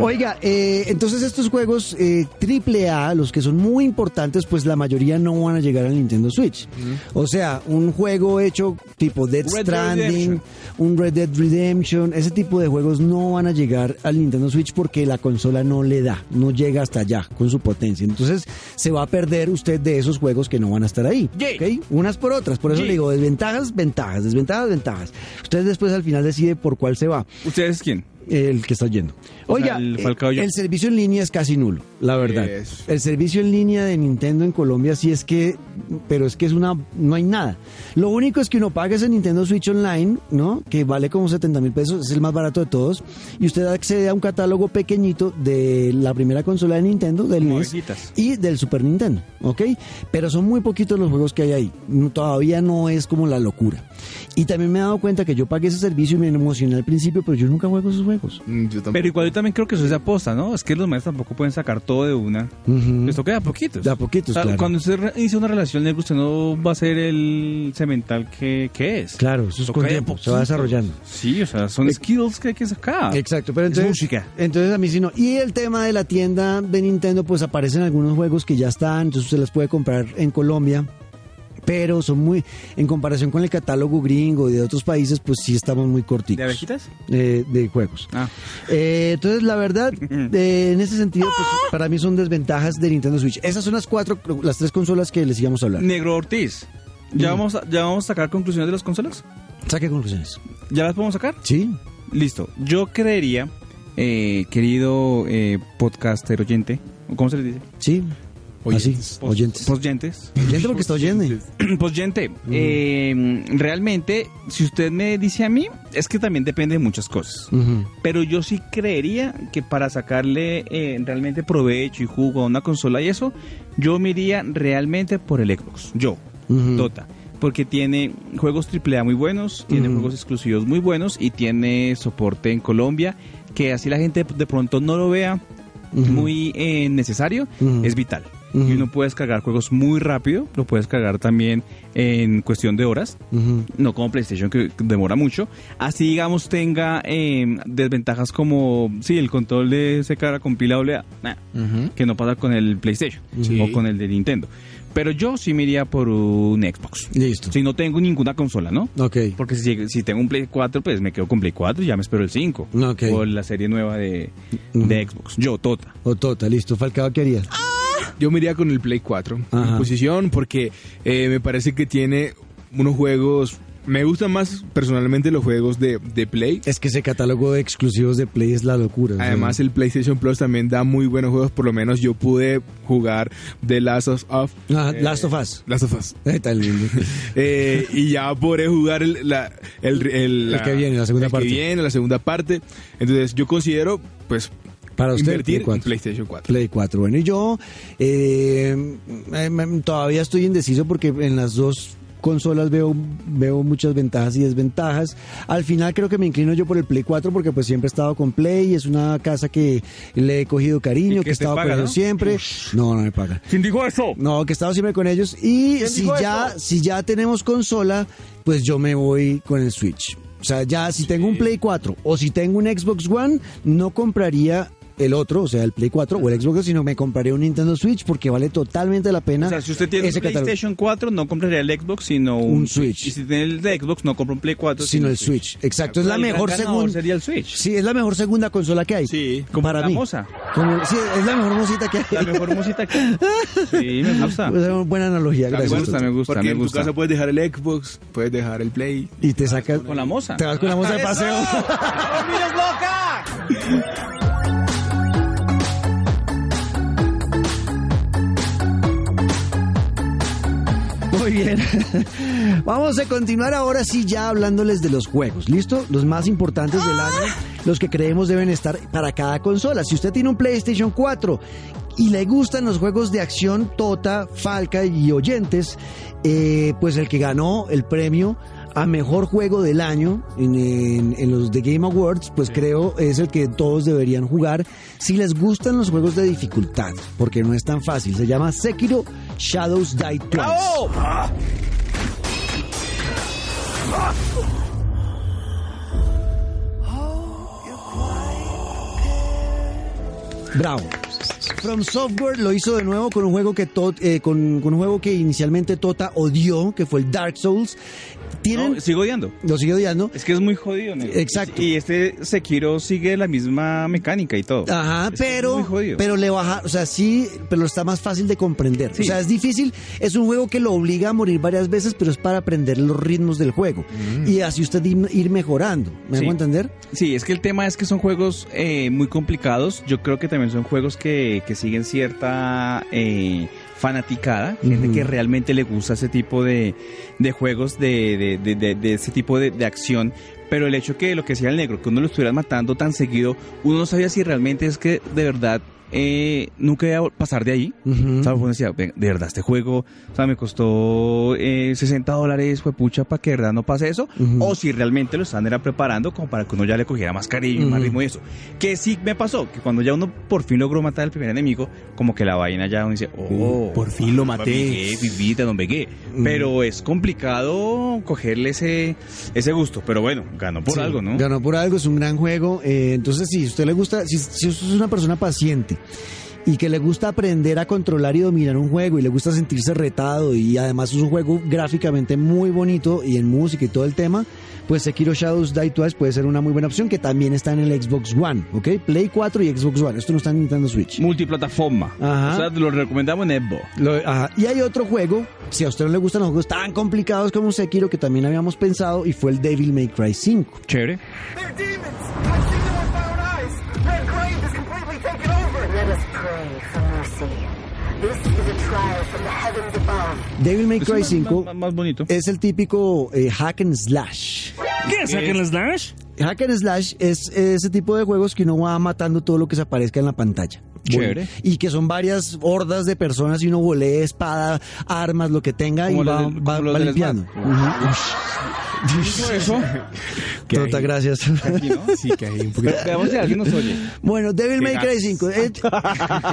A: Oiga, eh, entonces estos juegos eh, triple A, los que son muy importantes, pues la mayoría no van a llegar al Nintendo Switch. O sea, un juego hecho tipo Dead
C: Red Dead
A: Stranding,
C: Redemption.
A: un Red Dead Redemption, ese tipo de juegos no van a llegar al Nintendo Switch porque la consola no le da, no llega hasta allá con su potencia. Entonces se va a perder usted de esos juegos que no van a estar ahí. ¿ok? Unas por otras, por eso le digo, desventajas, ventajas, desventajas, ventajas. Usted después al final decide por cuál se va
C: ¿Ustedes quién?
A: el que está yendo.
C: O
A: Oiga,
C: sea, el
A: eh,
C: Falcao
A: el,
C: ya-
A: servicio en línea es casi nulo, la verdad.
D: Eso.
A: El servicio en línea de Nintendo en Colombia sí es que, pero es que es una, no hay nada. Lo único es que uno paga ese Nintendo Switch Online, ¿no? Que vale como 70 mil pesos, es el más barato de todos, y usted accede a un catálogo pequeñito de la primera consola de Nintendo, del
C: Como
A: NES,
C: ovejitas.
A: y del Super Nintendo, ¿ok? Pero son muy poquitos los juegos que hay ahí. No- Todavía no es como la locura. Y también me he dado cuenta que yo pagué ese servicio y me emocioné al principio, pero yo nunca juego esos juegos.
D: Mm, Yo tampoco.
C: Pero igual yo también creo que eso es de aposta, ¿no? Es que los maestros tampoco pueden sacar todo de una.
A: Ujú.
C: Les toca de a poquitos.
A: Mm. De a poquitos, claro.
C: Cuando usted re- inicia una relación, negra, usted no va a ser el cemental que, que es.
A: Claro, eso es
C: Toca
A: con
C: de a
A: tiempo, se va
C: poquitos.
A: desarrollando.
C: Sí, o sea, son skills que hay que sacar.
A: Exacto, pero
C: Es
A: entonces,
C: música.
A: entonces a mí sí no. Y el tema de la tienda de Nintendo, pues aparecen algunos juegos que ya están, entonces usted los puede comprar en Colombia. Pero son muy, en comparación con el catálogo gringo y de otros países, pues sí estamos muy cortitos.
C: ¿De abejitas?
A: Eh, de juegos.
C: Ah.
A: Eh, entonces, la verdad, eh, en ese sentido, pues, para mí son desventajas de Nintendo Switch. Esas son las cuatro, las tres consolas que les íbamos a hablar.
C: Negro Ortiz. ¿Ya, vamos a, ¿Ya vamos a sacar conclusiones de las consolas?
A: Saque conclusiones.
C: ¿Ya las podemos sacar?
A: Sí.
C: Listo. Yo creería eh, querido eh, podcaster oyente, ¿cómo se les dice?
A: Sí. Así,
D: Oyentes.
C: Pos-
A: oyentes.
C: Posyentes.
A: Oyente porque está oyendo.
C: Posyente. eh, realmente, si usted me dice a mí, es que también depende de muchas cosas.
A: Ujú.
C: Pero yo sí creería que para sacarle eh, realmente provecho y jugo a una consola y eso, yo me iría realmente por el Xbox. Yo,
A: Ujú.
C: Dota. Porque tiene juegos AAA muy buenos, tiene
A: Ujú.
C: juegos exclusivos muy buenos y tiene soporte en Colombia, que así la gente de pronto no lo vea
A: Ujú.
C: muy eh, necesario,
A: Ujú.
C: es vital.
A: Ujú.
C: Y uno puede descargar juegos muy rápido, lo puedes cargar también en cuestión de horas,
A: Ujú.
C: no como PlayStation que demora mucho. Así, digamos, tenga eh, desventajas como, sí, el control de ese cara compilable, nah, que no pasa con el PlayStation
D: Sí.
C: o con el de Nintendo. Pero yo sí me iría por un Xbox.
A: Listo.
C: Si no tengo ninguna consola, ¿no?
A: Ok.
C: Porque si, si tengo un Play 4, pues me quedo con Play 4 y ya me espero el 5.
A: Ok.
C: O la serie nueva de, de Xbox. Yo, Tota.
A: O Tota, listo. Falcao, ¿qué harías?
D: Yo me iría con el Play 4
A: Ajá.
D: en posición porque eh, me parece que tiene unos juegos. Me gustan más personalmente los juegos de, de Play.
A: Es que ese catálogo de exclusivos de Play es la locura. o sea.
D: Además, el PlayStation Plus también da muy buenos juegos. Por lo menos yo pude jugar The Last of Us.
A: Ajá, Ah, Last of
D: eh,
A: Us.
D: Last of Us.
A: Ay, tan lindo.
D: Eh, y ya podré jugar el, la, el, el-
A: El que viene, la segunda
D: el
A: parte.
D: que viene, la segunda parte. Entonces, yo considero, pues,
A: Para usted,
D: invertir
A: Play 4.
D: en PlayStation 4.
A: Play 4. Bueno, y yo eh, em, em, todavía estoy indeciso porque en las dos consolas veo, veo muchas ventajas y desventajas. Al final creo que me inclino yo por el Play 4 porque pues siempre he estado con Play y es una casa que le he cogido
C: Y
A: cariño,
C: que
A: que he
C: te
A: estado
C: paga,
A: con ellos
C: ¿no?
A: siempre. No, no me paga.
C: ¿Quién dijo eso?
A: No, que he estado siempre con ellos. Y si
C: dijo
A: ya, si ya tenemos consola, pues yo me voy con el Switch. O sea, ya si tengo un Play 4 o si tengo un Xbox One, no compraría el otro, o sea, el Play 4 o el Xbox, sino me compraría un Nintendo Switch porque vale totalmente la pena.
C: O sea, si usted tiene
A: ese
C: un
A: catálogo,
C: PlayStation 4, no compraría el Xbox, sino un,
A: Un Switch.
C: Y si tiene el de Xbox, no compra un Play 4,
A: sino el Switch. Exacto, es la
C: El gran
A: mejor
C: ganador
A: segunda.
C: sería el Switch.
A: Sí, es la mejor segunda consola que hay.
C: Sí, como
A: para
C: la
A: mí.
C: moza.
A: Como- sí, es la mejor mosita que hay.
C: La mejor música que... Sí, me gusta.
A: Pues, buena analogía,
D: Me
A: gracias.
C: gusta, me gusta,
D: Porque
C: me
D: en
C: gusta.
D: tu casa puedes dejar el Xbox, puedes dejar el Play.
A: Y te sacas.
C: Ah, Con la moza.
A: Te vas con la moza de paseo. Muy bien. Vamos a continuar ahora sí ya hablándoles de los juegos, ¿listo? Los más importantes del año, los que creemos deben estar para cada consola. Si usted tiene un PlayStation 4 y le gustan los juegos de acción Tota, Falca y Oyentes, eh, pues el que ganó el premio a mejor juego del año en, en- en los The Game Awards, pues creo es el que todos deberían jugar si les gustan los juegos de dificultad, porque no es tan fácil. Se llama Sekiro Shadows Die Twice. Bravo. From Software lo hizo de nuevo con un juego que tot- eh, con, con un juego que inicialmente Tota odió, que fue el Dark Souls. Tienen
C: No, sigo odiando.
A: lo sigue odiando.
C: Es que es muy jodido, negro.
A: Exacto.
C: Y este Sekiro sigue la misma mecánica y todo.
A: Ajá,
C: Es que es muy
A: pero,
C: jodido.
A: pero le baja, o sea, sí, pero está más fácil de comprender. O sea, es difícil, es un juego que lo obliga a morir varias veces, pero es para aprender los ritmos del juego. Y así usted ir ir mejorando. ¿Me
C: Mm. Sí.
A: hago entender?
C: Sí, es que el tema es que son juegos eh, muy complicados. Yo creo que también son juegos que, que siguen cierta eh, fanaticada, gente
A: Ujú.
C: que realmente le gusta ese tipo de, de juegos, de, de- de- de- de ese tipo de, de acción. Pero el hecho que lo que decía el negro, que uno lo estuviera matando tan seguido, uno no sabía si realmente es que de verdad eh, nunca iba a pasar de ahí.
A: Ujú.
C: ¿Sabes? Uno decía, "Venga, de verdad, este juego, o sea, me costó eh, 60 dólares, fue pucha, para que de verdad no pase eso.
A: Ujú.
C: O si realmente lo están era preparando como para que uno ya le cogiera más cariño, y más
A: Ujú.
C: ritmo y eso. Que sí me pasó, que cuando ya uno por fin logró matar al primer enemigo, como que la vaina ya uno dice, oh,
D: por fin lo
C: no me
D: maté".
C: pegué, vivita, no pegué.
A: Ujú.
C: Pero es complicado cogerle ese, ese gusto. Pero bueno, ganó por
A: Sí,
C: algo, ¿no?
A: Ganó por algo, es un gran juego. Eh, entonces, si usted le gusta, si, si usted es una persona paciente y que le gusta aprender a controlar y dominar un juego y le gusta sentirse retado y además es un juego gráficamente muy bonito y en música y todo el tema, pues Sekiro Shadows Die Twice puede ser una muy buena opción que también está en el Xbox One, ¿ok? Play 4 y Xbox One. Esto no está en Nintendo Switch.
C: Multiplataforma.
A: Ajá.
C: O sea, lo recomendamos en Evo.
A: Lo-
C: ah.
A: ajá. Y hay otro juego, si a usted no le gustan los juegos tan complicados como Sekiro, que también habíamos pensado, y fue el Devil May Cry 5.
C: Chévere.
B: They're demons! I've seen them with my own eyes!
E: us pray for mercy. This is a trial from the heavens above.
A: Devil May
C: Es
A: Cry
C: más-
A: 5
C: Más, más bonito.
A: es el típico eh, hack and slash.
F: ¿Qué es Hack and Slash?
A: Hack and slash es ese tipo de juegos que uno va matando todo lo que se aparezca en la pantalla.
C: Chévere.
A: Y que son varias hordas de personas y uno volea espada, armas, lo que tenga y
C: Como
A: va,
C: los del-
A: va-
C: como los
A: va
C: del
A: limpiando.
C: eso.
D: Que
A: Tota,
D: hay-
A: gracias.
C: Aquí, ¿no?
D: Sí, que hay un poquito.
C: Veamos si alguien nos oye.
A: Bueno, Devil May Cry 5. En,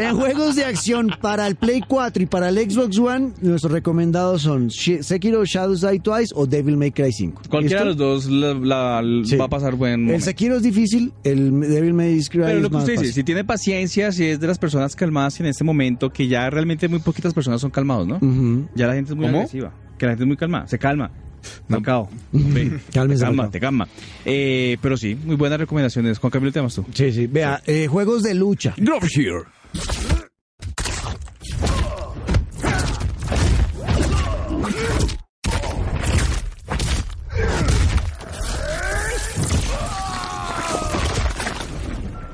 A: en juegos de acción para el Play 4 y para el Xbox One, nuestros recomendados son Sh- Sekiro Shadows Die Twice o Devil May Cry 5.
C: Cualquiera de
A: ¿Listo?
C: los dos la, la-
A: Sí.
C: va a pasar buen
A: El
C: momento.
A: Sekiro es difícil, el Devil May Cry
C: Pero
A: es
C: lo que
A: más
C: usted dice,
A: fácil.
C: si tiene paciencia, si es de las personas calmadas en este momento, que ya realmente muy poquitas personas son calmados, ¿no?
A: Ujú.
C: Ya la gente es muy
D: ¿Cómo?
C: agresiva. Que la gente es muy calmada. Se calma. Marcado. Te
A: Cálmese,
C: calma,
A: Ricardo.
C: te calma. Eh, pero sí, muy buenas recomendaciones. Juan Camilo, te amas tú.
A: Sí, sí. Vea, eh, juegos de lucha.
D: Drop here.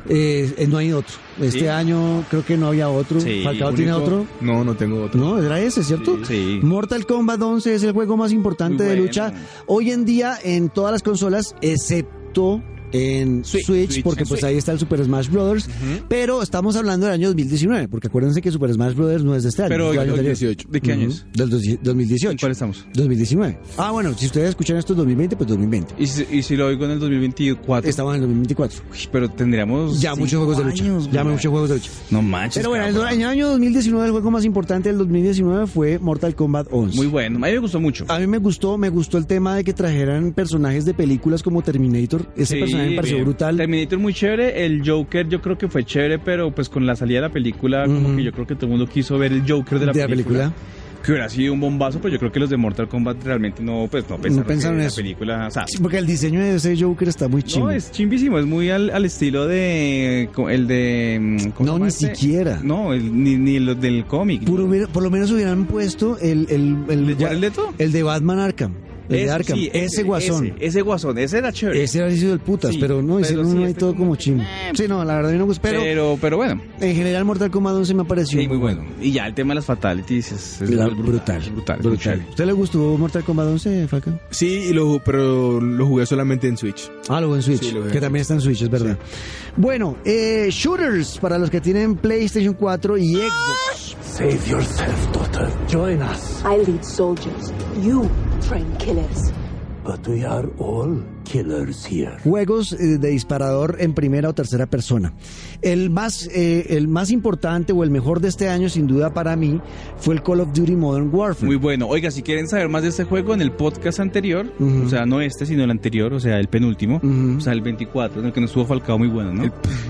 A: Eh, eh, no hay otro. Este
C: Sí.
A: año creo que no había otro.
C: Sí,
A: Falcao tiene
D: Único-
A: otro.
D: No, no tengo otro.
A: No, era ese, ¿cierto?
C: Sí.
A: Mortal Kombat 11 es el juego más importante
C: Muy
A: de
C: bueno.
A: lucha hoy en día en todas las consolas, excepto en Switch, porque pues ahí está el Super Smash Brothers, pero estamos hablando del año 2019, porque acuérdense que Super Smash Brothers no es de este año,
C: Pero
A: es del
C: hoy-
A: año
C: hoy
A: anterior.
C: 18. ¿De qué año
A: Ujú,
C: es?
A: Del dos- 2018.
C: ¿En cuál estamos?
A: 2019. Ah, bueno, si ustedes escuchan esto en 2020, pues 2020.
C: Y si, y si lo oigo en el 2024.
A: Estamos en el 2024.
C: Uy, Pero tendríamos.
A: Este- Ya muchos
C: cinco
A: juegos de lucha.
C: años,
A: ya
C: güey.
A: muchos juegos de lucha.
C: No manches.
A: Pero bueno, el,
C: cabrón.
A: año- año 2019, el juego más importante del 2019 fue Mortal Kombat 11.
C: Muy bueno. A mí me gustó mucho.
A: A mí me gustó, me gustó el tema de que trajeran personajes de películas como Terminator. Ese
C: Sí,
A: personaje me pareció
C: bien.
A: brutal.
C: Terminator muy chévere. El Joker yo creo que fue chévere, pero pues con la salida de la película,
A: Ujú.
C: como que yo creo que todo el mundo quiso ver el Joker de la, película, Que hubiera sido un bombazo, pero yo creo que los de Mortal Kombat realmente no, pues, no pensaron,
A: pensaron
C: que
A: eso.
C: la película. O sea,
A: Sí, porque el diseño de ese Joker está muy
C: Ah. no,
A: chido.
C: es chimbísimo, es muy al, al estilo de co- el de mm,
A: No,
C: ¿cómo se llama
A: ni
C: este?
A: siquiera.
C: No, el- ni, ni los del cómic.
A: Puro hubiera- por lo menos hubieran puesto el, el, el,
C: ¿De Jared Leto?
A: el de Batman Arkham. El de
C: Ese,
A: Arkham.
C: sí,
A: ese, guasón.
C: Ese, ese guasón, ese era chévere.
A: Ese era el del putas,
C: Sí,
A: pero no,
C: pero
A: hicieron
C: sí,
A: uno ahí
C: este
A: todo
C: como
A: como
C: que-
A: chino. Sí, no, la verdad a mí no me gustó. Pero,
C: pero, pero bueno.
A: en general Mortal Kombat 11 me pareció
C: Sí, muy bueno. Y ya el tema de las fatalities es, es
A: La-
C: brutal.
A: brutal,
C: es
A: brutal,
C: brutal, es muy chévere.
A: ¿Usted le gustó Mortal Kombat 11, Falcao?
D: Sí, y lo ju- pero lo jugué solamente en Switch.
A: Ah, lo en Switch,
D: Sí, lo jugué
A: que
D: en
A: también está en Switch, es verdad. Bueno, eh, shooters para los que tienen PlayStation 4 y Xbox.
G: I lead soldiers. You train killers.
H: But we are all killers here.
A: Juegos eh, de disparador en primera o tercera persona. El más, eh, el más importante o el mejor de este año, sin duda para mí, fue el Call of Duty Modern Warfare.
C: Muy bueno. Oiga, si quieren saber más de este juego, en el podcast anterior,
A: Ujú.
C: o sea, no este, sino el anterior, o sea, el penúltimo,
A: Ujú.
C: o sea, el 24, en el que nos estuvo Falcao muy bueno, ¿no?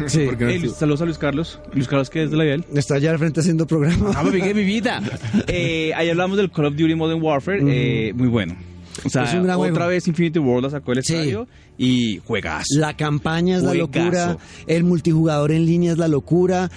A: Sí.
D: Porque no
C: Eh,
D: estuvo-
C: saludos a Luis Carlos. Luis Carlos, que es de la Vial.
A: Está allá al frente haciendo programa.
C: mi vida. Eh, ahí hablamos del Call of Duty Modern Warfare, eh, muy bueno. O sea,
A: Es un gran
C: otra
A: juego.
C: vez Infinity World la sacó el
A: Sí.
C: estadio y juegas.
A: La campaña es la
C: Juegazo.
A: locura, el multijugador en línea es la locura.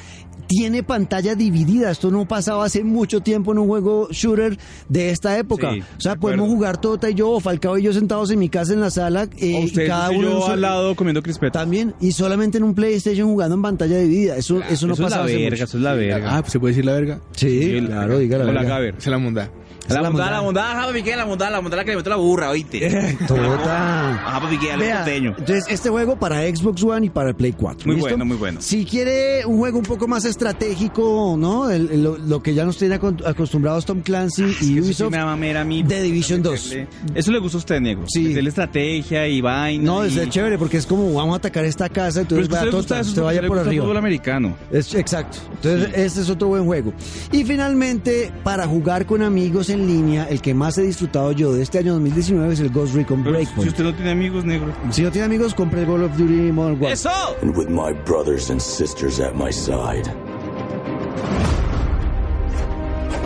A: Tiene pantalla dividida, esto no pasaba hace mucho tiempo en un juego shooter de esta época.
C: Sí,
A: o sea,
C: de
A: podemos
C: acuerdo.
A: jugar Tota y yo, o Falcao y yo sentados en mi casa en la sala, eh, y cada uno en un
C: yo
A: solo-
C: al lado comiendo crispeta.
A: también, y solamente en un PlayStation jugando en pantalla dividida. Eso, eso no
C: eso es la
A: pasaba hace
C: verga,
A: mucho.
C: eso es la verga.
D: Ah, ¿se puede decir la verga?
A: Sí,
C: Sí, la
A: claro,
C: verga.
A: diga la
C: Con la
A: verdad.
C: gaber.
D: Se la monda.
C: La,
A: la
C: mondada,
A: mondada.
C: la mondada, ajá, papi, que la mondada, la mondada que le meto la burra, oíste.
A: Tota.
C: Ajá, papi, que
A: Eh, Vea,
C: al costeño.
A: Entonces, este juego para Xbox One y para el Play 4.
C: Muy
A: ¿listo?
C: bueno, muy bueno.
A: Si quiere un juego un poco más estratégico, ¿no? El- el- lo, lo que ya nos tiene acon- acostumbrados Tom Clancy y
C: Eso Ah, sí
A: Ubisoft.
C: me da mamera a mí.
A: The Division 2.
C: Eso le gusta a usted, negro.
A: Sí.
C: Sí. la estrategia y vaina.
A: No, es
C: y...
A: de chévere porque es como vamos a atacar esta casa,
C: Pero
A: entonces
C: es que
A: vea,
C: a usted le
A: tota,
C: gusta eso,
A: usted vaya por
C: el fútbol
A: arriba.
C: americano.
A: Es, exacto. Entonces, este es otro buen juego. Y finalmente, para jugar con amigos en línea, el que más he disfrutado yo de este año 2019 es el Ghost Recon
C: Pero si
A: Breakpoint.
C: usted no tiene amigos, negro.
A: Si no tiene amigos, compre el Call of Duty Modern Warfare.
C: ¡Eso!
H: And with my brothers and sisters at my side.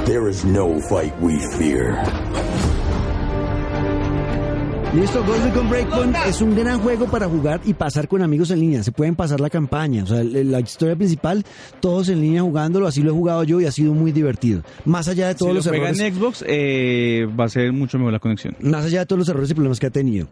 H: There is no fight we fear.
A: Listo, Ghost Recon Breakpoint es un gran juego para jugar y pasar con amigos en línea. Se pueden pasar la campaña, o sea, el- la historia principal, todos en línea jugándolo. Así lo he jugado yo y ha sido muy divertido. Más allá de todos
C: si
A: los
C: lo juega
A: errores,
C: en Xbox, eh, va a ser mucho mejor la conexión.
A: más allá de todos los errores y problemas que ha tenido.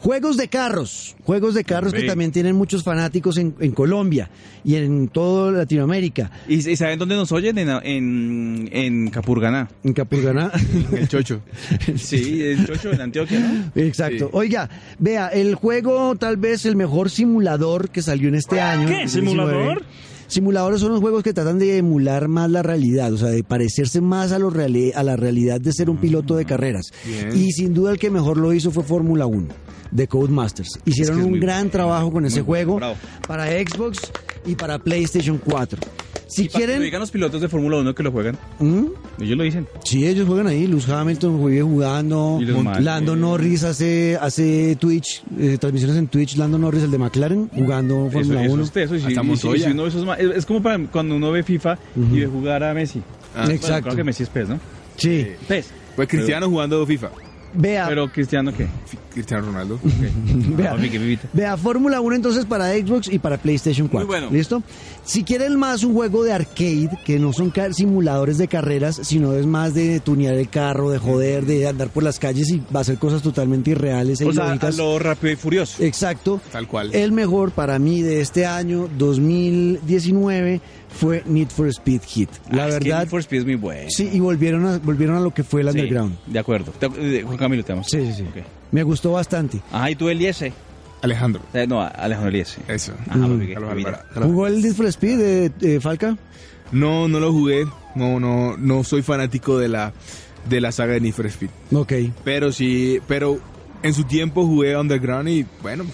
A: Juegos de carros, juegos de carros que
C: Sí.
A: también tienen muchos fanáticos en, en Colombia y en toda Latinoamérica.
C: ¿Y, y saben dónde nos oyen? En, en, en Capurganá.
A: En Capurganá.
D: El chocho. Pues
C: Sí, en Chocho, en Antioquia, ¿no?
A: Exacto.
D: Sí.
A: Oiga, vea, el juego tal vez el mejor simulador que salió en este año.
F: ¿Qué?
A: en
F: ¿Simulador?
A: Simuladores son los juegos que tratan de emular más la realidad, o sea, de parecerse más a, lo reali- a la realidad de ser un piloto
C: Mm,
A: de carreras.
D: bien.
A: Y sin duda el que mejor lo hizo fue Fórmula 1 de Codemasters. Hicieron
C: Es que es
A: un
C: muy
A: gran
C: bueno,
A: trabajo con
C: muy
A: ese
C: bueno,
A: juego
C: bravo.
A: para Xbox y para PlayStation 4. Si
C: Y para que
A: quieren...
C: lo digan los pilotos de Fórmula 1 que lo juegan.
A: ¿Mm?
C: Ellos lo dicen.
A: Sí, ellos juegan ahí. Luz Hamilton vive jugando.
C: Y los
A: Mont-
C: malos.
A: Lando Norris hace, hace Twitch, eh, transmisiones en Twitch. Lando Norris, el de McLaren, jugando
C: Eso,
A: Fórmula
C: eso
A: 1.
C: es teso, y si-
D: Hasta
C: y si- y si
D: Montoya.
C: uno de esos ma- es, es como para cuando uno ve FIFA y ve jugar a Messi.
D: Ah.
C: Bueno,
A: Exacto.
C: creo que Messi es PES, ¿no?
A: Sí.
C: PES.
D: Pues Cristiano jugando FIFA.
A: Vea,
C: Pero Cristiano, ¿qué?
D: F- Cristiano Ronaldo.
A: Ah. vea.
C: Ah, mi, qué pibita.
A: Vea, Fórmula 1 entonces para Xbox y para PlayStation 4.
C: bueno.
A: ¿Listo? Si quieren más un juego de arcade, que no son ca- simuladores de carreras, sino es más de tunear el carro, de joder, de andar por las calles y va a hacer cosas totalmente irreales. e
C: O sea, a
A: ilógicas.
C: lo rápido y
A: Eh,
C: furioso.
A: Exacto.
D: Tal cual.
A: El mejor para mí de este año 2019 fue Need for Speed Hit. La
C: Ah, es que
A: verdad,
C: Need for Speed es muy bueno.
A: sí, y volvieron a, volvieron a lo que fue el
C: Sí,
A: underground.
C: De acuerdo. Te- eh, Juan Camilo, te amo.
A: Sí, sí, sí.
C: Ok.
A: Me gustó bastante.
C: Ajá, y tú Eliese.
D: Alejandro.
C: Eh, No, Alejandro Eliese.
D: Eso.
C: Ajá,
A: Mm.
C: papi, qué
D: Carlos
C: pibita.
D: Eh, Alvarado.
A: ¿Jugó el Need for Speed de, de Falca?
D: No, no lo jugué. No, no, no soy fanático de la, de la saga de Need for Speed.
A: Ok.
D: Pero sí, pero en su tiempo jugué Underground y bueno,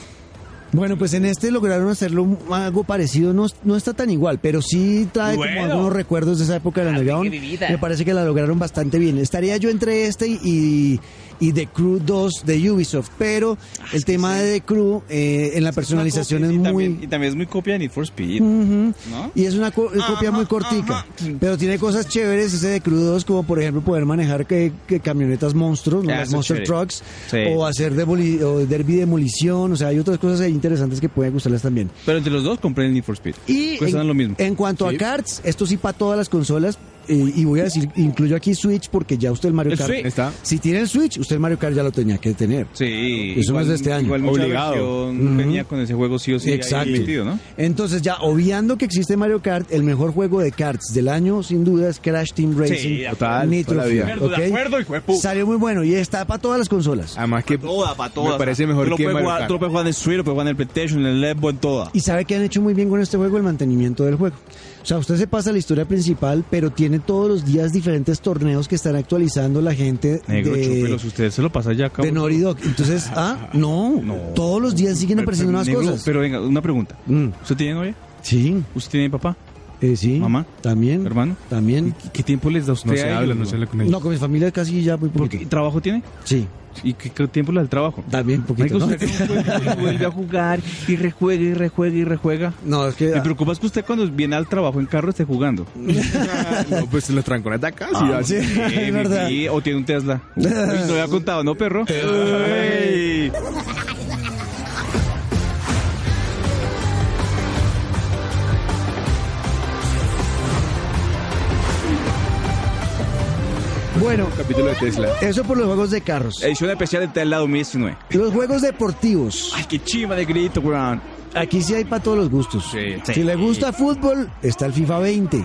A: Bueno, pues en este lograron hacerlo algo parecido. No, no está tan igual, pero sí trae
C: Bueno.
A: como algunos recuerdos de esa época del underground. Me parece que la lograron bastante bien. Estaría yo entre este y, y The Crew 2 de Ubisoft, pero el tema de The Crew eh, en la personalización es
C: Y
A: muy...
C: también- y también es muy copia de Need for Speed.
A: Ujú.
C: ¿No?
A: Y es una co- copia muy cortica, pero tiene cosas chéveres ese de crudos, como por ejemplo poder manejar que, que camionetas monstruos, ¿no?
C: Ah,
A: Las
C: eso es
A: monster
C: chévere.
A: trucks,
C: Sí.
A: o hacer demoli- o derby demolición, o sea, hay otras cosas ahí interesantes que pueden gustarles también.
C: Pero entre los dos compré el Need for Speed.
A: Y
C: Cuestan
A: en,
C: lo mismo.
A: en cuanto
D: Sí.
A: a carts, esto sí para todas las consolas, eh, y voy a decir, incluyo aquí Switch porque ya usted el Mario
C: El
A: Kart,
C: Switch.
D: está.
A: si tiene el Switch, usted el Mario Kart ya lo tenía que tener.
C: Sí,
A: Eso no es de este año.
C: Igual mucha
D: Obligado.
C: versión venía con ese juego sí o sí. ahí
A: Exacto.
C: metido, ¿no?
A: Entonces ya obviando que existe Mario Kart, el mejor juego de karts del año sin duda es Crash Team Racing.
C: de acuerdo.
D: Total,
A: Nitro
D: toda la vida.
A: Fuel,
C: De acuerdo, de
A: ¿ok?
C: acuerdo, hijo de puta. Ah.
A: Salió muy bueno y está para todas las consolas.
D: además que
C: Toda, para todas.
D: me parece mejor
C: Tú lo
D: que
C: puedes
D: Mario
C: jugar-
D: Kart.
C: Tú lo puedes jugar en el Switch, lo puedes jugar en el PlayStation, en el Xbox, en toda.
A: Y sabe que han hecho muy bien con este juego el mantenimiento del juego. O sea, usted se pasa la historia principal, pero tiene todos los días diferentes torneos que están actualizando la gente
C: Negro,
A: de,
C: chúpelos, usted se lo pasa ya acá.
A: de Naughty Dog. Entonces, ah, no,
C: No.
A: todos los días siguen apareciendo nuevas
C: Negro,
A: cosas.
C: Pero venga, una pregunta.
A: Mm,
C: ¿Usted tiene novia?
A: sí,
C: ¿Usted tiene papá?
A: eh, sí.
C: Mamá.
A: También.
C: ¿Hermano?
A: También.
C: ¿Qué- ¿Qué tiempo les da usted
D: no se
C: a
D: habla,
C: ellos,
D: no
C: güey?
D: se habla con ellos.
A: No, con mi familia casi ya muy
C: ¿Por qué?
A: poquito.
C: ¿Trabajo tiene?
A: Sí,
C: ¿Y qué, qué tiempo le da el trabajo?
A: también poquito.
C: Marica,
A: ¿no?
C: usted vuelve- vuelve a jugar y rejuega y rejuega y rejuega.
A: No, es que
C: Me preocupa es que usted cuando viene al trabajo en carro esté jugando.
D: No, pues los trancones de acá, sí,
C: Ah,
D: así.
A: sí,
C: Eh,
A: es
C: mi
A: verdad.
C: tía, o tiene un Tesla. Uy, no lo había contado, ¿no, perro? Uy.
A: Bueno,
D: Capítulo de Tesla.
A: eso por los juegos de carros.
C: Edición especial de Tesla 2019.
A: Los juegos deportivos.
C: Ay, qué chima de grito, weón.
A: Aquí sí hay para todos los gustos.
C: Sí.
A: Si le gusta fútbol, está el FIFA 20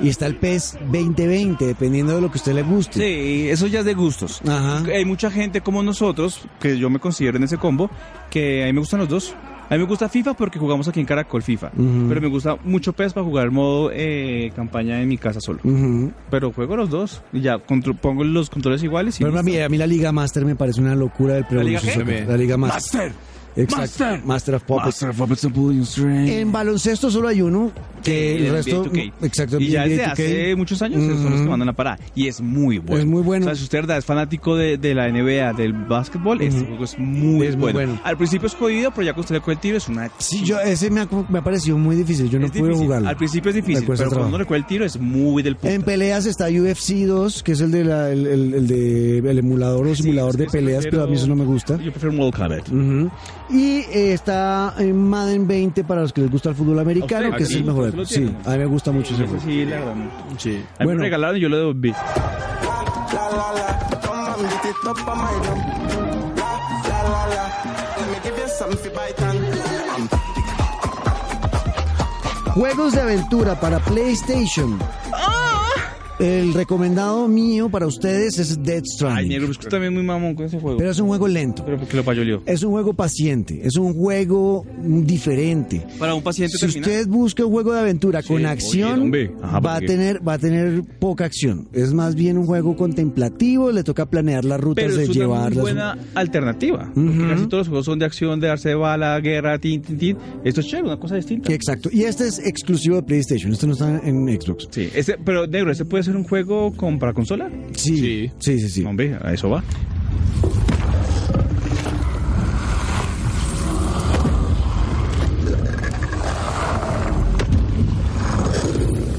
A: y está el E PES 2020, dependiendo de lo que a usted le guste.
C: Sí, Eh, eso ya es de gustos.
A: Ajá.
C: Hay mucha gente como nosotros, que yo me considero en ese combo, que a mí me gustan los dos. A mí me gusta FIFA porque jugamos aquí en Caracol FIFA.
A: Ujú.
C: Pero me gusta mucho PES para jugar modo eh, campaña en mi casa solo.
A: Ujú.
C: Pero juego los dos. Y ya contro- pongo los controles iguales y.
A: Pero a mí, a mí la Liga Master me parece una locura del
C: ¿La Liga
A: Pro
C: qué?
A: Evolution Soccer. La Liga Master.
C: ¡Master!
A: Exacto.
C: Master.
A: Master of Puppets.
C: Master of Puppets and Pudding String.
A: En baloncesto solo hay uno, que
C: Sí,
A: Eh, el
C: del
A: resto... mm,
C: NBA 2K.
A: Exacto,
C: Y ya
A: NBA
C: desde
A: 2K.
C: hace muchos años son los que
A: Ujú.
C: mandan la parada. Y es muy bueno.
A: Es muy bueno.
C: O sea, si usted de verdad es fanático de, de la NBA, del básquetbol, este juego es muy,
A: Es muy
C: bueno.
A: bueno.
C: Al principio es jodido, pero ya cuando usted le coge el tiro es una...
A: Sí,
C: chimba.
A: yo, ese me ha, me ha parecido muy difícil, yo no
C: Es
A: pude
C: difícil.
A: jugarlo.
C: Al principio es difícil,
A: Me
C: pero
A: cuesta
C: cuando
A: trabajo.
C: uno le coge el tiro es muy del puto.
A: En peleas está UFC 2, que es el de la- el, el- el de el emulador o simulador
C: es
A: de
C: que
A: peleas, pero a mí eso no me gusta.
C: Yo prefiero un World Cup.
A: Ujú. Y eh, está en Madden 20 para los que les gusta el fútbol americano,
C: ¿A
A: que
C: usted?
A: es el
C: ¿Sí?
A: mejor.
C: ¿Usted lo
A: Sí,
C: tiene?
A: a mí me gusta mucho ese
C: Ese
A: juego.
C: sí, la gran-
D: Sí.
C: A mí
A: Bueno.
C: me regalaron y yo lo devolví.
B: La la la, come and get it up on my drum. La la la, me give you something fi bite on.
A: Juegos de aventura para PlayStation. El recomendado mío para ustedes es Dead
C: Ay,
A: Stranding.
C: negro, es que también muy mamón con ese juego.
A: Pero
C: Pero,
A: es un juego lento.
C: porque lo payolió.
A: Es un juego paciente. Es un juego diferente.
C: Para un paciente
A: Si
C: terminal.
A: usted busca un juego de aventura con
C: oye,
A: acción,
C: hombre. Ajá,
A: va, a
C: porque-
A: tener, va a tener poca acción. Es más bien un juego contemplativo, le toca planear las rutas
C: Pero
A: de
C: es una muy
A: llevarlas.
C: buena alternativa. porque
A: Ujú.
C: Casi todos los juegos son de acción, de darse de bala, guerra, tin, tin, tin. Esto es chévere, una cosa distinta.
A: Sí, exacto. Y este es exclusivo de PlayStation, este no está en Xbox.
C: Sí, ese, pero negro, ¿ese puede ser un juego con, para consola?
A: Sí, sí,
D: Sí.
A: sí, sí.
C: Hombre, a eso va.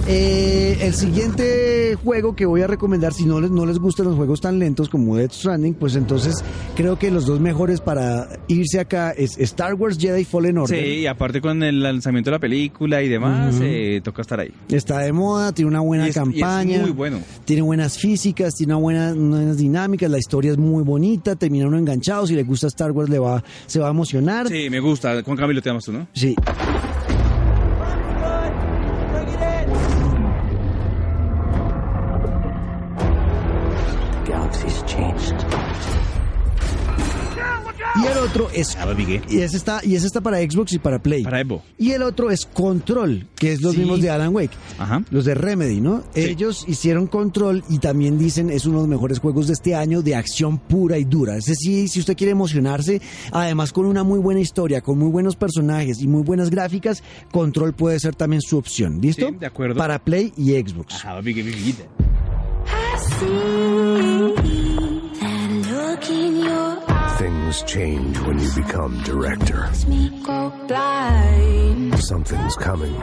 A: Eh, el siguiente juego que voy a recomendar, si no les, no les gustan los juegos tan lentos como Death Stranding, pues entonces creo que los dos mejores para irse acá es Star Wars Jedi Fallen Order.
C: Sí, y aparte con el lanzamiento de la película y demás, eh, toca estar ahí.
A: Está de moda, tiene una buena
C: Y es- y es
A: campaña.
C: muy bueno.
A: Tiene buenas físicas, tiene una buena- unas buenas dinámicas, la historia es muy bonita, termina uno enganchado, si le gusta Star Wars le va, se va a emocionar.
C: Sí, me gusta. Con Camilo te amas tú, ¿no?
A: Sí.
H: Galaxy's changed.
A: Y el otro es y ese está y ese está para Xbox y para Play.
C: Para Evo.
A: Y el otro es Control, que es los
C: Sí.
A: mismos de Alan Wake.
C: Ajá.
A: Los de Remedy, ¿no?
C: Sí.
A: Ellos hicieron Control y también dicen es uno de los mejores juegos de este año de acción pura y dura. Ese sí, si usted quiere emocionarse, además con una muy buena historia, con muy buenos personajes y muy buenas gráficas, Control puede ser también su opción. ¿Listo?
C: Sí, de acuerdo.
A: Para Play y Xbox.
C: Ajá, papi, que vivida.
H: Things change when you become director. Something's coming.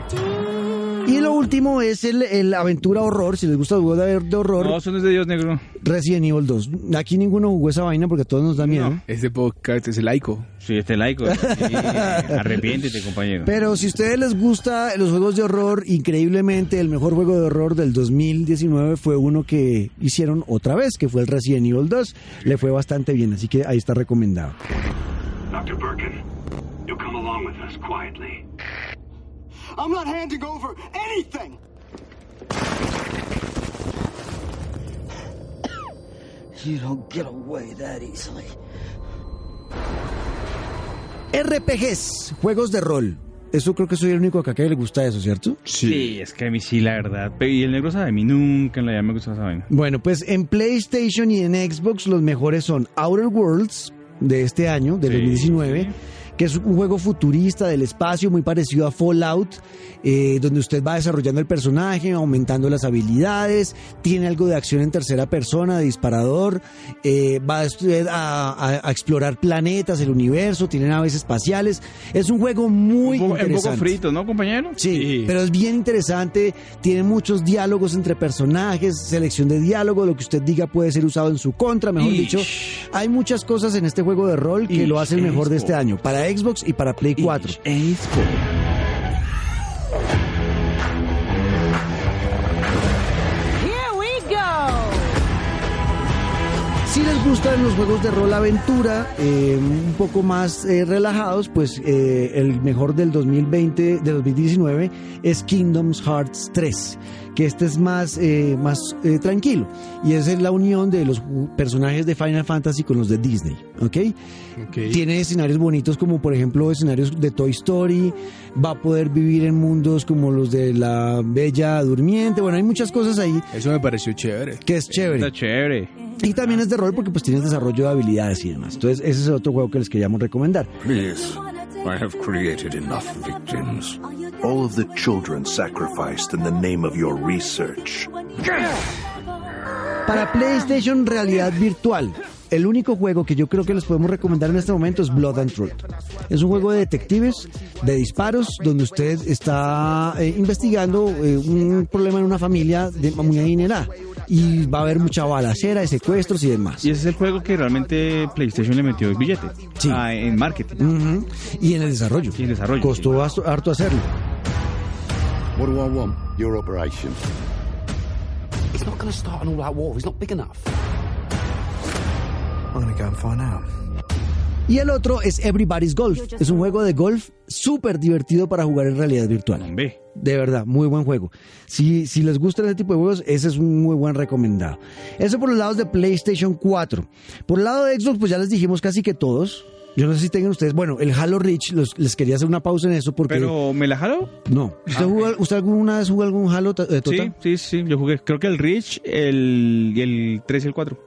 A: Y lo último es el, el aventura horror, si les gusta el juego de de horror,
C: No, son de Dios negro.
A: Resident Evil 2. Aquí ninguno jugó esa vaina porque a todos nos da miedo.
D: Este podcast es laico.
C: Sí, este laico. sí. Arrepiéntete, compañero.
A: Pero si a ustedes les gusta los juegos de horror, increíblemente el mejor juego de horror del 2019 fue uno que hicieron otra vez, que fue el Resident Evil 2. Le fue bastante bien, así que ahí está recomendado.
F: Dr. Birkin, you'll come along with us quietly.
I: I'm not handing over anything! You don't get away that easily.
A: RPGs, juegos de rol. Eso creo que soy el único acá que le gusta eso, ¿cierto?
C: sí. es que a mí sí, la verdad. Pe- Y el negro sabe, a mí nunca en la vida me gustó esa vaina.
A: Bueno, pues en PlayStation y en Xbox los mejores son Outer Worlds de este año, del
C: Sí.
A: 2019, que es un juego futurista del espacio muy parecido a Fallout, eh, donde usted va desarrollando el personaje, aumentando las habilidades, tiene algo de acción en tercera persona, de disparador, eh, va usted a, a- a explorar planetas, el universo, tiene naves espaciales. Es un juego muy
C: un, poco, un
A: interesante.
C: poco frito, ¿no, compañero?
A: Sí, pero es bien interesante, tiene muchos diálogos entre personajes, selección de diálogo, lo que usted diga puede ser usado en su contra, mejor
C: Ish.
A: dicho. Hay muchas cosas en este juego de rol que lo
C: Ish,
A: hacen mejor de
C: Xbox.
A: este año, para Xbox y para Play 4.
C: Es por-
G: Here we go!
A: Si les gustan los juegos de rol aventura, eh, un poco más eh, relajados, pues eh, el mejor del 2020, de 2019, es Kingdoms Hearts 3, que este es más, eh, más eh, tranquilo. Y esa es la unión de los ju- personajes de Final Fantasy con los de Disney, ¿ok? Tiene escenarios bonitos como por ejemplo escenarios de Toy Story, va a poder vivir en mundos como los de la Bella Durmiente, bueno, hay muchas cosas ahí
D: Eso me pareció chévere.
A: que es chévere.
C: Está chévere.
A: Y también es de rol porque pues tienes desarrollo de habilidades y demás. Entonces ese es el otro juego que les queríamos recomendar.
H: Please, I have created enough victims. All of the children sacrificed in the name of your research.
A: Para PlayStation Realidad Virtual, el único juego que yo creo que les podemos recomendar en este momento es Blood and Truth. Es un juego de detectives, de disparos, donde usted está eh, investigando eh, un problema en una familia de muy adinerada. Y va a haber mucha balacera, de secuestros y demás.
C: Y ese es el juego que realmente PlayStation le metió el billete.
A: Sí.
C: Ah, en marketing.
A: Ujú. Y en el desarrollo.
C: Y en desarrollo,
A: Costó harto- harto hacerlo.
J: What do I want? Your operation.
I: He's not gonna start an all out war, he's not big enough.
J: I'm gonna go and find out.
A: Y el otro es Everybody's Golf. Es un juego de golf súper divertido para jugar en realidad virtual. De verdad, muy buen juego. Si, si les gustan ese tipo de juegos, ese es un muy buen recomendado. Eso por los lados de PlayStation 4. Por el lado de Xbox, pues ya les dijimos casi que todos. Yo no sé si tengan ustedes. Bueno, el Halo Reach, los- les quería hacer una pausa en eso porque.
C: Pero, ¿me la jalo?
A: No. ¿Usted, jugó- usted alguna vez jugó algún Halo, ta- eh, Tota?
C: Sí, sí, sí, yo jugué, creo que el Rich, el, y el 3 y el 4.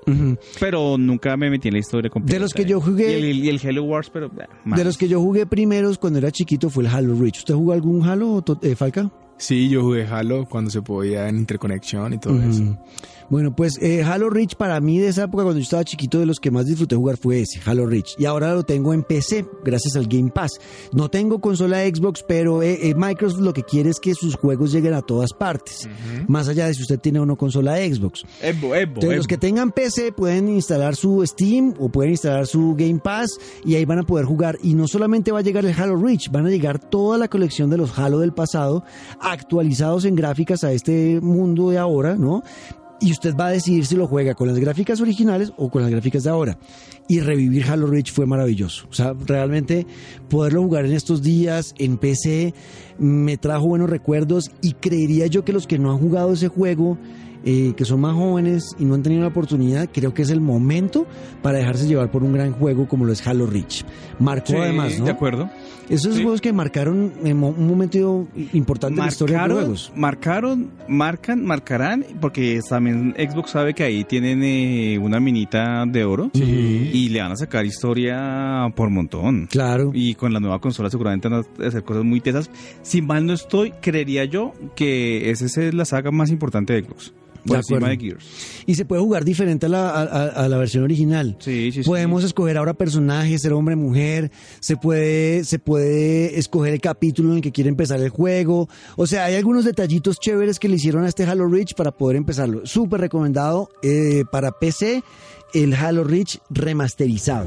C: Pero nunca me metí en la historia completa.
A: De los que yo jugué-
C: Y el, y el Halo Wars, pero... eh, mal.
A: De los que yo jugué primeros cuando era chiquito fue el Halo Reach. ¿Usted jugó algún Halo, to- eh, Falca?
D: Sí, yo jugué Halo cuando se podía en interconexión y todo
A: Ujú.
D: eso.
A: Mm. Bueno, pues eh, Halo Reach para mí de esa época cuando yo estaba chiquito de los que más disfruté jugar fue ese, Halo Reach. Y ahora lo tengo en PC gracias al Game Pass. No tengo consola Xbox, pero eh, eh, Microsoft lo que quiere es que sus juegos lleguen a todas partes. Más allá de si usted tiene o no consola Xbox.
C: Evo, Evo,
A: Entonces, los
C: Evo.
A: que tengan PC pueden instalar su Steam o pueden instalar su Game Pass y ahí van a poder jugar. Y no solamente va a llegar el Halo Reach, van a llegar toda la colección de los Halo del pasado, actualizados en gráficas a este mundo de ahora, ¿no? Y usted va a decidir si lo juega con las gráficas originales o con las gráficas de ahora. Y revivir Halo Reach fue maravilloso. O sea, realmente poderlo jugar en estos días en PC me trajo buenos recuerdos y creería yo que los que no han jugado ese juego eh, que son más jóvenes y no han tenido la oportunidad, creo que es el momento para dejarse llevar por un gran juego como lo es Halo Reach. Marcó
C: Sí,
A: además, ¿no?
C: de acuerdo.
A: Esos
C: Sí.
A: juegos que marcaron eh, mo- un momento importante en la historia de los
C: marcaron,
A: juegos.
C: marcaron, marcan, marcarán, porque también Xbox sabe que ahí tienen eh, una minita de oro y le van a sacar historia por montón.
A: Claro.
C: Y con la nueva consola seguramente van a hacer cosas muy tesas. Si mal no estoy, creería yo que esa es la saga más importante de Xbox. Por
A: De
C: encima de
A: acuerdo.
C: Gears.
A: Y se puede jugar diferente a la, a- a- a la versión original.
C: Sí, sí, sí.
A: Podemos escoger ahora personajes, ser hombre, mujer, se puede, se puede escoger el capítulo en el que quiere empezar el juego. O sea, hay algunos detallitos chéveres que le hicieron a este Halo Reach para poder empezarlo. Súper recomendado eh, para PC, el Halo Reach remasterizado.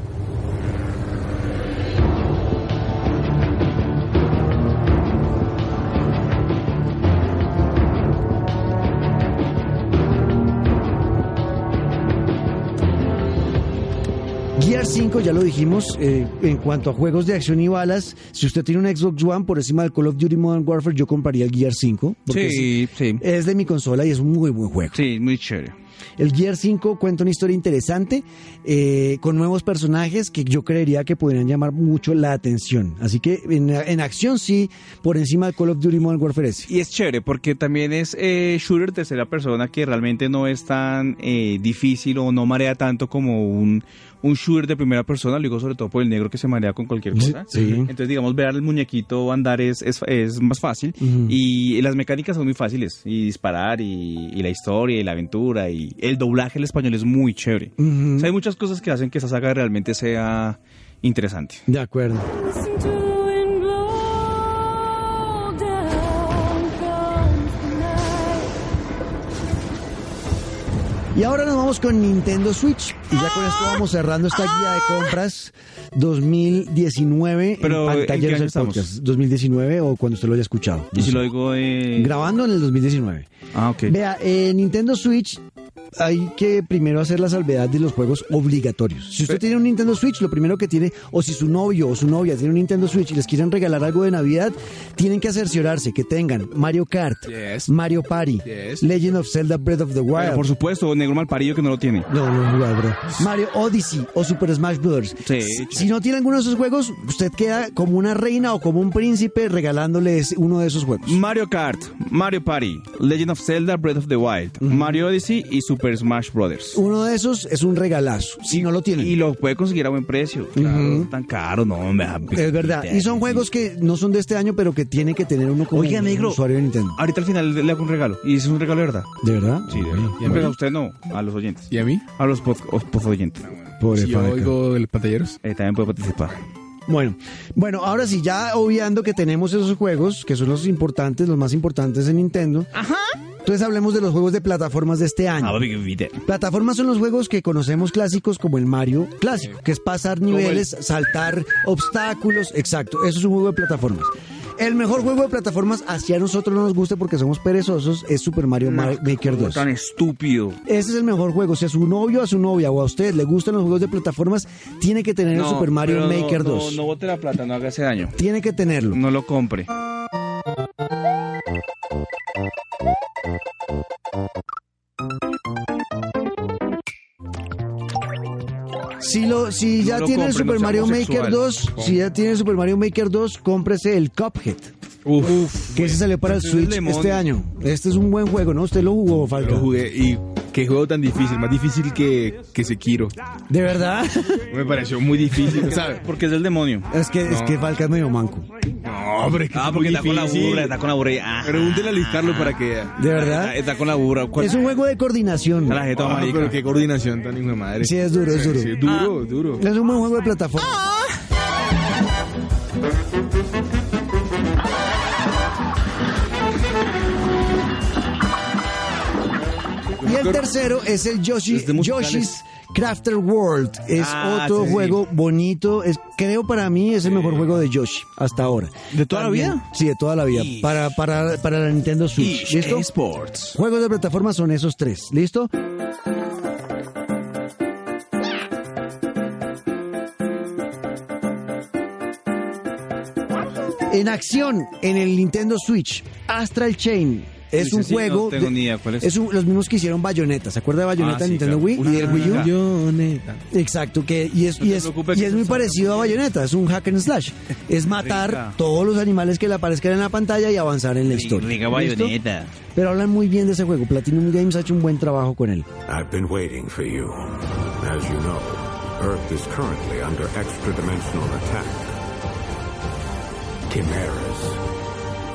A: Gear 5, ya lo dijimos, eh, en cuanto a juegos de acción y balas, si usted tiene un Xbox One por encima del Call of Duty Modern Warfare, yo compraría el Gear 5. porque
C: Sí,
A: es-
C: sí.
A: Es de mi consola y es un muy buen juego.
C: Sí, muy chévere.
A: El Gear 5 cuenta una historia interesante eh, con nuevos personajes que yo creería que podrían llamar mucho la atención. Así que en, en acción sí, por encima del Call of Duty Modern Warfare S.
C: Y es chévere porque también es eh, shooter tercera persona que realmente no es tan eh, difícil o no marea tanto como un, un shooter de primera persona. Lo digo sobre todo por el negro que se marea con cualquier
A: Sí,
C: cosa.
A: sí.
C: Entonces, digamos, ver al muñequito andar es, es, es más fácil.
A: Ujú.
C: Y las mecánicas son muy fáciles. Y disparar y, y la historia y la aventura y el doblaje al español es muy chévere.
A: Ujú.
C: O sea, hay muchas cosas que hacen que esa saga realmente sea interesante.
A: De acuerdo. Y ahora nos vamos con Nintendo Switch. Y ya con esto vamos cerrando esta guía de compras 2019 en
C: Pero, ¿en qué
A: Pantalleros
C: año
A: del
C: estamos?
A: Podcast. 2019 o cuando usted lo haya escuchado.
C: Y
A: No
C: si
A: sé.
C: lo digo... eh,
A: Grabando en el 2019.
C: Ah, ok.
A: Vea, eh, Nintendo Switch hay que primero hacer la salvedad de los juegos obligatorios. Si usted tiene un Nintendo Switch, lo primero que tiene, o si su novio o su novia tiene un Nintendo Switch y les quieren regalar algo de Navidad, tienen que cerciorarse que tengan Mario Kart,
D: Yes.
A: Mario Party,
D: Yes.
A: Legend of Zelda Breath of the
C: Pero,
A: Wild.
C: por supuesto, negro malparido que no lo tiene.
A: No, no, no, bro. Mario Odyssey o Super Smash Bros.
C: Sí,
A: Si-
C: che.
A: si no tiene alguno de esos juegos, usted queda como una reina o como un príncipe regalándoles uno de esos juegos.
C: Mario Kart, Mario Party, Legend of Zelda, Breath of the Wild, Mario Odyssey y Super Smash Brothers.
A: Uno de esos es un regalazo. Si no lo tienen.
C: Y lo puede conseguir a buen precio. Claro, no tan caro, no, ah, pues, me da
A: Es verdad. Y son juegos que no son de este año, pero que tiene que tener uno como
C: Oiga,
A: un
C: negro.
A: usuario de Nintendo.
C: Ahorita al final le hago un regalo. Y es un regalo de verdad.
A: ¿De verdad?
C: Sí, de verdad. Y a usted no, a los oyentes.
D: ¿Y a mí?
C: A los pod, os- pod oyentes.
A: Pobre
D: Si yo
A: Faca.
D: oigo el pantalleros.
C: Eh, también puede participar.
A: Bueno, bueno, ahora sí, ya obviando que tenemos esos juegos, que son los importantes, los más importantes en Nintendo. Ajá. Entonces hablemos de los juegos de plataformas de este año.
C: Ah,
A: Plataformas son los juegos que conocemos clásicos como el Mario clásico, que es pasar niveles, saltar obstáculos, exacto, eso es un juego de plataformas. El mejor juego de plataformas, así a nosotros no nos gusta porque somos perezosos, es Super Mario Mar- Maker 2.
C: Tan estúpido.
A: Ese es el mejor juego. Si a su novio, a su novia o a usted le gustan los juegos de plataformas, tiene que tener el Super Mario
C: pero no,
A: Maker
C: no,
A: 2.
C: No, bote la plata, no haga ese daño.
A: Tiene que tenerlo.
C: No lo compre.
A: Si, lo, si ya
C: No lo
A: tiene el
C: compre, no
A: Super
C: sea
A: Mario Maker
C: homosexual.
A: 2, si ya tiene el Super Mario Maker 2, cómprese el Cuphead,
C: Uf.
A: que ese salió para el
C: Entonces,
A: Switch
C: Pues, Lemon-
A: este año. Este es un buen juego, ¿no? Usted lo jugó, Falca.
D: Lo jugué y qué juego tan difícil, más difícil que, que Sekiro.
A: ¿De verdad?
D: Me pareció muy
C: pues,
D: difícil, ¿sabes?
C: Porque es del demonio.
A: es, que, es que Falca es medio manco.
D: No, hombre, es que
C: Ah,
D: es
C: porque
D: muy
C: está con la
D: difícil.
C: burra, Ah. está con la burra.
D: Pregúntele a Luis Carlos para que vea.
A: ¿De verdad?
C: Está, está con la burra. ¿Cuál-
A: Es un juego de coordinación.
C: La jeta
D: Ah,
C: marica.
D: pero qué coordinación tan hijo de madre.
A: Sí, es duro, es duro. Ah.
D: Sí, duro, duro.
A: Es un buen juego de plataforma. Y el tercero es el Yoshi-
C: Los de musicales.
A: Yoshi's Crafter World. Es
C: Ah,
A: otro
C: sí, sí.
A: juego bonito. Es, creo para mí es el mejor juego de Yoshi hasta ahora.
C: ¿De toda la
A: También-
C: vida?
A: Sí, de toda la vida. Para, para, para la Nintendo Switch. ¿Listo?
C: Esports.
A: Juegos de plataforma son esos tres. ¿Listo? En acción, en el Nintendo Switch, Astral Chain. Es
C: Sí,
A: un
C: sí, sí,
A: juego.
C: no tengo
A: de-
C: ni idea cuál es.
A: un- los mismos que hicieron Bayonetta. ¿Se acuerda de Bayonetta
C: Ah, sí,
A: en Nintendo
C: claro.
A: Wii y del Wii U? Exacto, que y es,
C: No
A: y
C: te
A: es,
C: preocupes
A: y
C: que
A: es
C: no
A: muy
C: sabe
A: parecido a Bayonetta, es un hack and slash. Es matar
C: Rica.
A: todos los animales que le aparezcan en la pantalla y avanzar en la historia.
C: Rica
A: ¿Listo?
C: bayoneta.
A: Pero hablan muy bien de ese juego. Platinum Games ha hecho un buen trabajo con él.
H: I've been waiting for you. As you know, Earth is currently under extra-dimensional attack. Chimeras,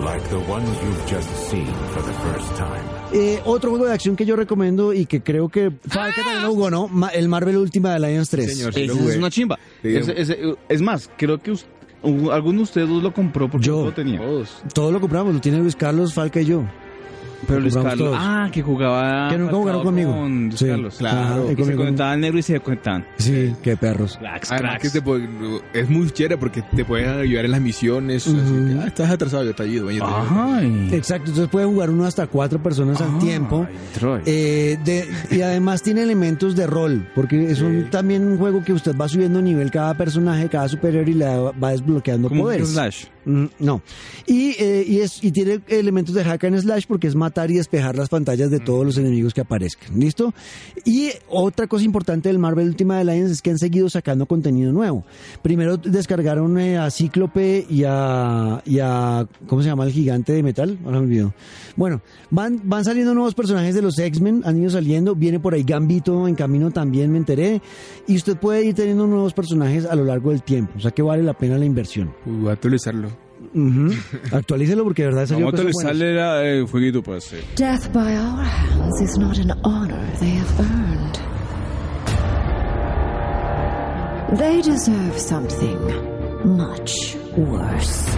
H: like the ones you've just seen for the first time.
A: Eh, otro juego de acción que yo recomiendo y que creo que Falca también lo jugó, ¿no? Ma- el Marvel Ultimate Alliance 3.
D: Señor, sí lo
C: Ese
D: jugué.
C: es una chimba.
D: Sí.
C: Ese- ese- es más, creo que us- u- alguno de ustedes dos lo compró porque
A: Yo.
C: yo lo tenía.
D: Todos.
A: Todo lo compramos, lo tiene Luis Carlos, Falca y yo.
C: Pero Luis
A: compramos
C: Carlos.
A: todos.
C: Ah, que jugaba.
A: Que nunca
C: Falcao
A: jugaron conmigo.
C: Con Luis
A: Sí,
C: Carlos.
A: claro. Y
C: Y se
A: conmigo.
C: conectaban negro y se conectaban.
A: Sí, qué perros.
C: Cracks,
D: Además que
C: cracks.
A: este
D: te po- es muy chévere porque te pueden ayudar en las misiones. así
A: Ujú.
D: que, ah, estás atrasado, yo te ayudo. yo te ayudo.
C: Ay.
A: Exacto, entonces puede jugar uno hasta cuatro personas al
C: Ah, Ay,
A: tiempo.
C: Troy.
A: Eh, de- y además tiene elementos de rol, porque es un, también un juego que usted va subiendo nivel cada personaje, cada superhéroe y le va desbloqueando
C: Como un
A: poderes.
C: slash.
A: Mm, No. Y, eh, y, es, y tiene elementos de hack and slash porque es matar y despejar las pantallas de todos los enemigos que aparezcan. ¿Listo? Y otra cosa importante del Marvel Ultimate Alliance es que han seguido sacando contenido nuevo. Primero descargaron eh, a Cíclope y a, y a. ¿Cómo se llama el gigante de metal? Ahora me olvidó. Bueno, van, van saliendo nuevos personajes de los X-Men, han ido saliendo. Viene por ahí Gambito en camino también, me enteré. Y usted puede ir teniendo nuevos personajes a lo largo del tiempo. O sea que vale la pena la inversión.
D: Uy, voy a actualizarlo.
A: Ujú. Actualícelo porque de verdad ese
C: Vamos a actualizarle la- el jueguito, pues. sí.
G: Death by all hands is not an honor they have earned. They deserve something much worse.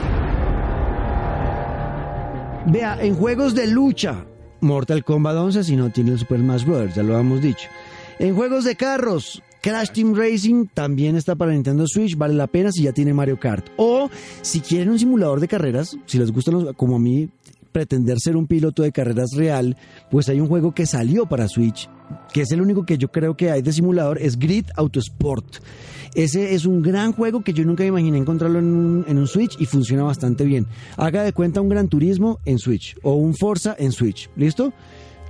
A: Vea, en juegos de lucha, Mortal Kombat 11 si no tiene el Super Smash Bros., ya lo hemos dicho. En juegos de carros, Crash Team Racing también está para Nintendo Switch, vale la pena si ya tiene Mario Kart. O si quieren un simulador de carreras, si les gustan los, como a mí pretender ser un piloto de carreras real, pues hay un juego que salió para Switch, que es el único que yo creo que hay de simulador, es Grid Autosport. Ese es un gran juego que yo nunca me imaginé encontrarlo en un, en un Switch y funciona bastante bien. Haga de cuenta un Gran Turismo en Switch o un Forza en Switch, ¿listo?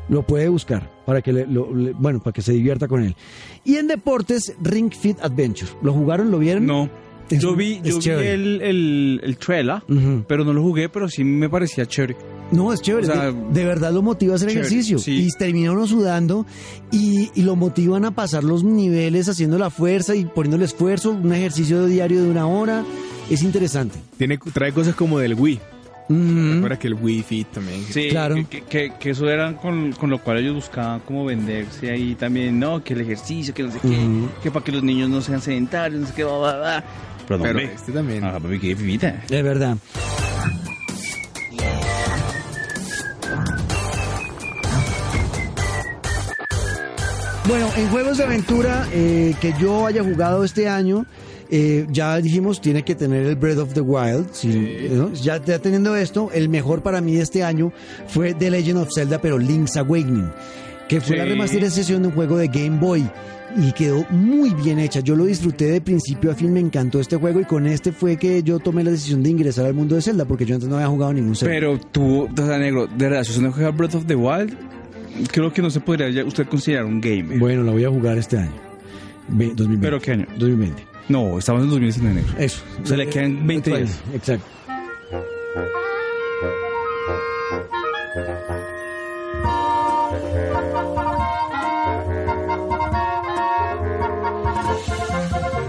A: Lo puede buscar para que le- lo- le- bueno, para que se divierta con él. Y en deportes, Ring Fit Adventure. ¿Lo jugaron? ¿Lo vieron?
C: No.
A: Es-
C: Yo vi,
A: es
C: yo vi
A: chévere.
C: el, el, el trailer,
A: Ujú.
C: pero no lo jugué, pero sí me parecía chévere.
A: No, es chévere.
C: O sea,
A: de, de verdad lo motiva a hacer
C: chévere,
A: ejercicio.
C: sí.
A: Y termina uno sudando y, y lo motivan a pasar los niveles haciendo la fuerza y poniendo el esfuerzo. Un ejercicio diario de una hora. Es interesante.
D: Tiene, trae cosas como del Wii.
A: Ujú.
D: Recuerda que el Wii Fit también.
C: Sí,
A: Claro.
C: Que, que, que eso era con, con lo cual ellos buscaban como venderse ahí también, no, que el ejercicio, que no sé qué,
A: Ujú.
C: que para que los niños no sean sedentarios, no sé qué, bla, bla, bla. Pero,
D: Pero
C: hombre,
D: este también.
C: ah, papi, qué vivita.
A: De verdad. Bueno, en juegos de aventura eh, que yo haya jugado este año, eh, ya dijimos, tiene que tener el Breath of the Wild. sí, ¿no? ya, ya teniendo esto, el mejor para mí de este año fue The Legend of Zelda, pero Link's Awakening, que fue la
D: Sí.
A: remasterización de un juego de Game Boy. Y quedó muy bien hecha. Yo lo disfruté de principio a fin, me encantó este juego. Y con este fue que yo tomé la decisión de ingresar al mundo de Zelda, porque yo antes no había jugado ningún Zelda.
C: Pero tú, o sea, negro, de verdad, si usted no juega Breath of the Wild, creo que no se podría ya usted considerar un gamer.
A: Bueno, la voy a jugar este año. Ve- 2020.
C: ¿Pero qué año?
A: 2020.
C: No, estamos en 2019, negro.
A: Eso.
C: O sea, eh, le quedan 20
A: Actual,
C: días.
A: Exacto.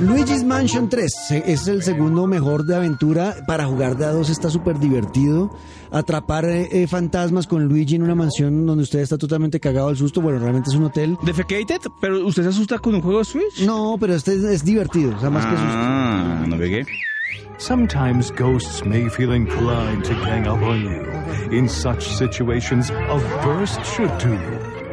A: Luigi's Mansion 3 se- es el segundo mejor de aventura. Para jugar de a dos está súper divertido. Atrapar eh, eh, fantasmas con Luigi en una mansión donde usted está totalmente cagado al susto. Bueno, realmente es un hotel.
C: ¿Defecated? ¿Pero usted se asusta con un juego de Switch?
A: No, pero este es, es divertido. O sea, más que susto.
C: Ah, no pegué.
K: Sometimes ghosts may feel inclined to gang up on you. In such situations, a burst should do.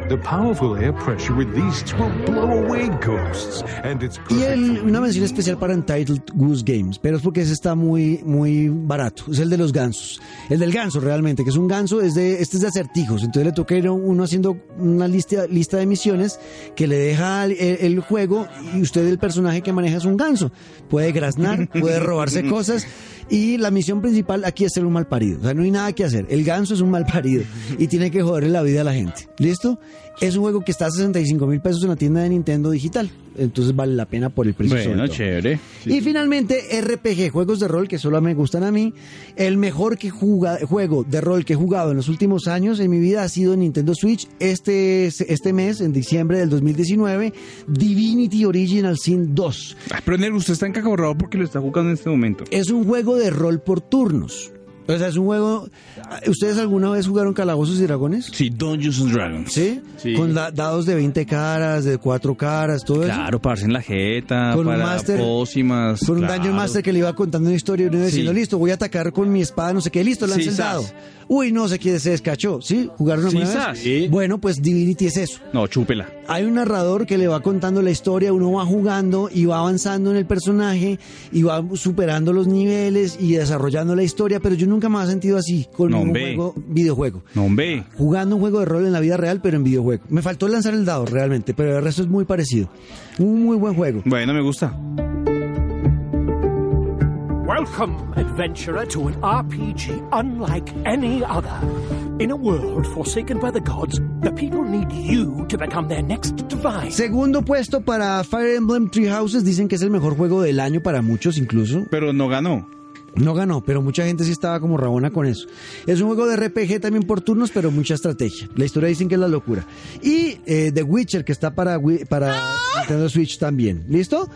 K: The powerful air pressure released will blow away ghosts, and it's
A: Y el- una mención especial para Entitled Goose Games, pero es porque ese está muy, muy barato. Es el de los gansos. El del ganso, realmente, que es un ganso, es de, este es de acertijos. Entonces le toca ir a uno haciendo una lista, lista de misiones que le deja el, el juego y usted, el personaje que maneja, es un ganso. Puede graznar, puede robarse cosas. Y la misión principal aquí es ser un mal parido. O sea, no hay nada que hacer. El ganso es un mal parido y tiene que joderle la vida a la gente. ¿Listo? Es un juego que está a 65 mil pesos en la tienda de Nintendo Digital. Entonces vale la pena por el precio. sobre
C: Bueno,
A: todo.
C: chévere.
A: Y finalmente, RPG, juegos de rol que solo me gustan a mí. El mejor que juga- juego de rol que he jugado en los últimos años en mi vida ha sido Nintendo Switch. Este, es- este mes, en diciembre del 2019, Divinity Original Sin 2.
C: Ah, Pero negro, usted está encacorrado porque lo está jugando en este momento.
A: Es un juego de rol por turnos. O sea, es un juego... ¿Ustedes alguna vez jugaron Calabozos y Dragones?
C: Sí, Dungeons and Dragons.
A: ¿Sí?
C: Sí.
A: Con da- dados de 20 caras, de 4 caras, todo eso.
C: Claro, para hacer en la jeta,
A: Con un
C: para
A: máster-
C: pócimas.
A: Con un
C: claro.
A: Dungeon Master que le iba contando una historia y uno iba diciendo,
C: Sí.
A: listo, voy a atacar con mi espada, no sé qué, listo, lanza
C: Sí,
A: el
C: sas.
A: dado. Uy, no sé qué, se descachó, ¿sí? ¿Jugaron
C: Sí,
A: alguna
C: sas.
A: vez?
C: Sí.
A: Bueno, pues Divinity es eso.
C: No, chúpela.
A: Hay un narrador que le va contando la historia, uno va jugando y va avanzando en el personaje y va superando los niveles y desarrollando la historia, pero yo nunca me he sentido así con
C: No,
A: un
C: hombre.
A: juego, videojuego
C: No, hombre.
A: jugando un juego de rol en la vida real, pero en videojuego. Me faltó lanzar el dado realmente, pero el resto es muy parecido. Un muy buen juego.
C: Bueno, me gusta.
L: Welcome, adventurer, to an RPG unlike any other. In a world forsaken by the gods, the people need you to become their next divine.
A: Segundo puesto para Fire Emblem Three Houses. Dicen que es el mejor juego del año para muchos incluso.
C: Pero no ganó.
A: No ganó, pero mucha gente sí estaba como rabona con eso. Es un juego de RPG también por turnos, pero mucha estrategia. La historia dicen que es la locura. Y eh, The Witcher, que está para, Wi- para
C: ¡Ah!
A: Nintendo Switch también. ¿Listo?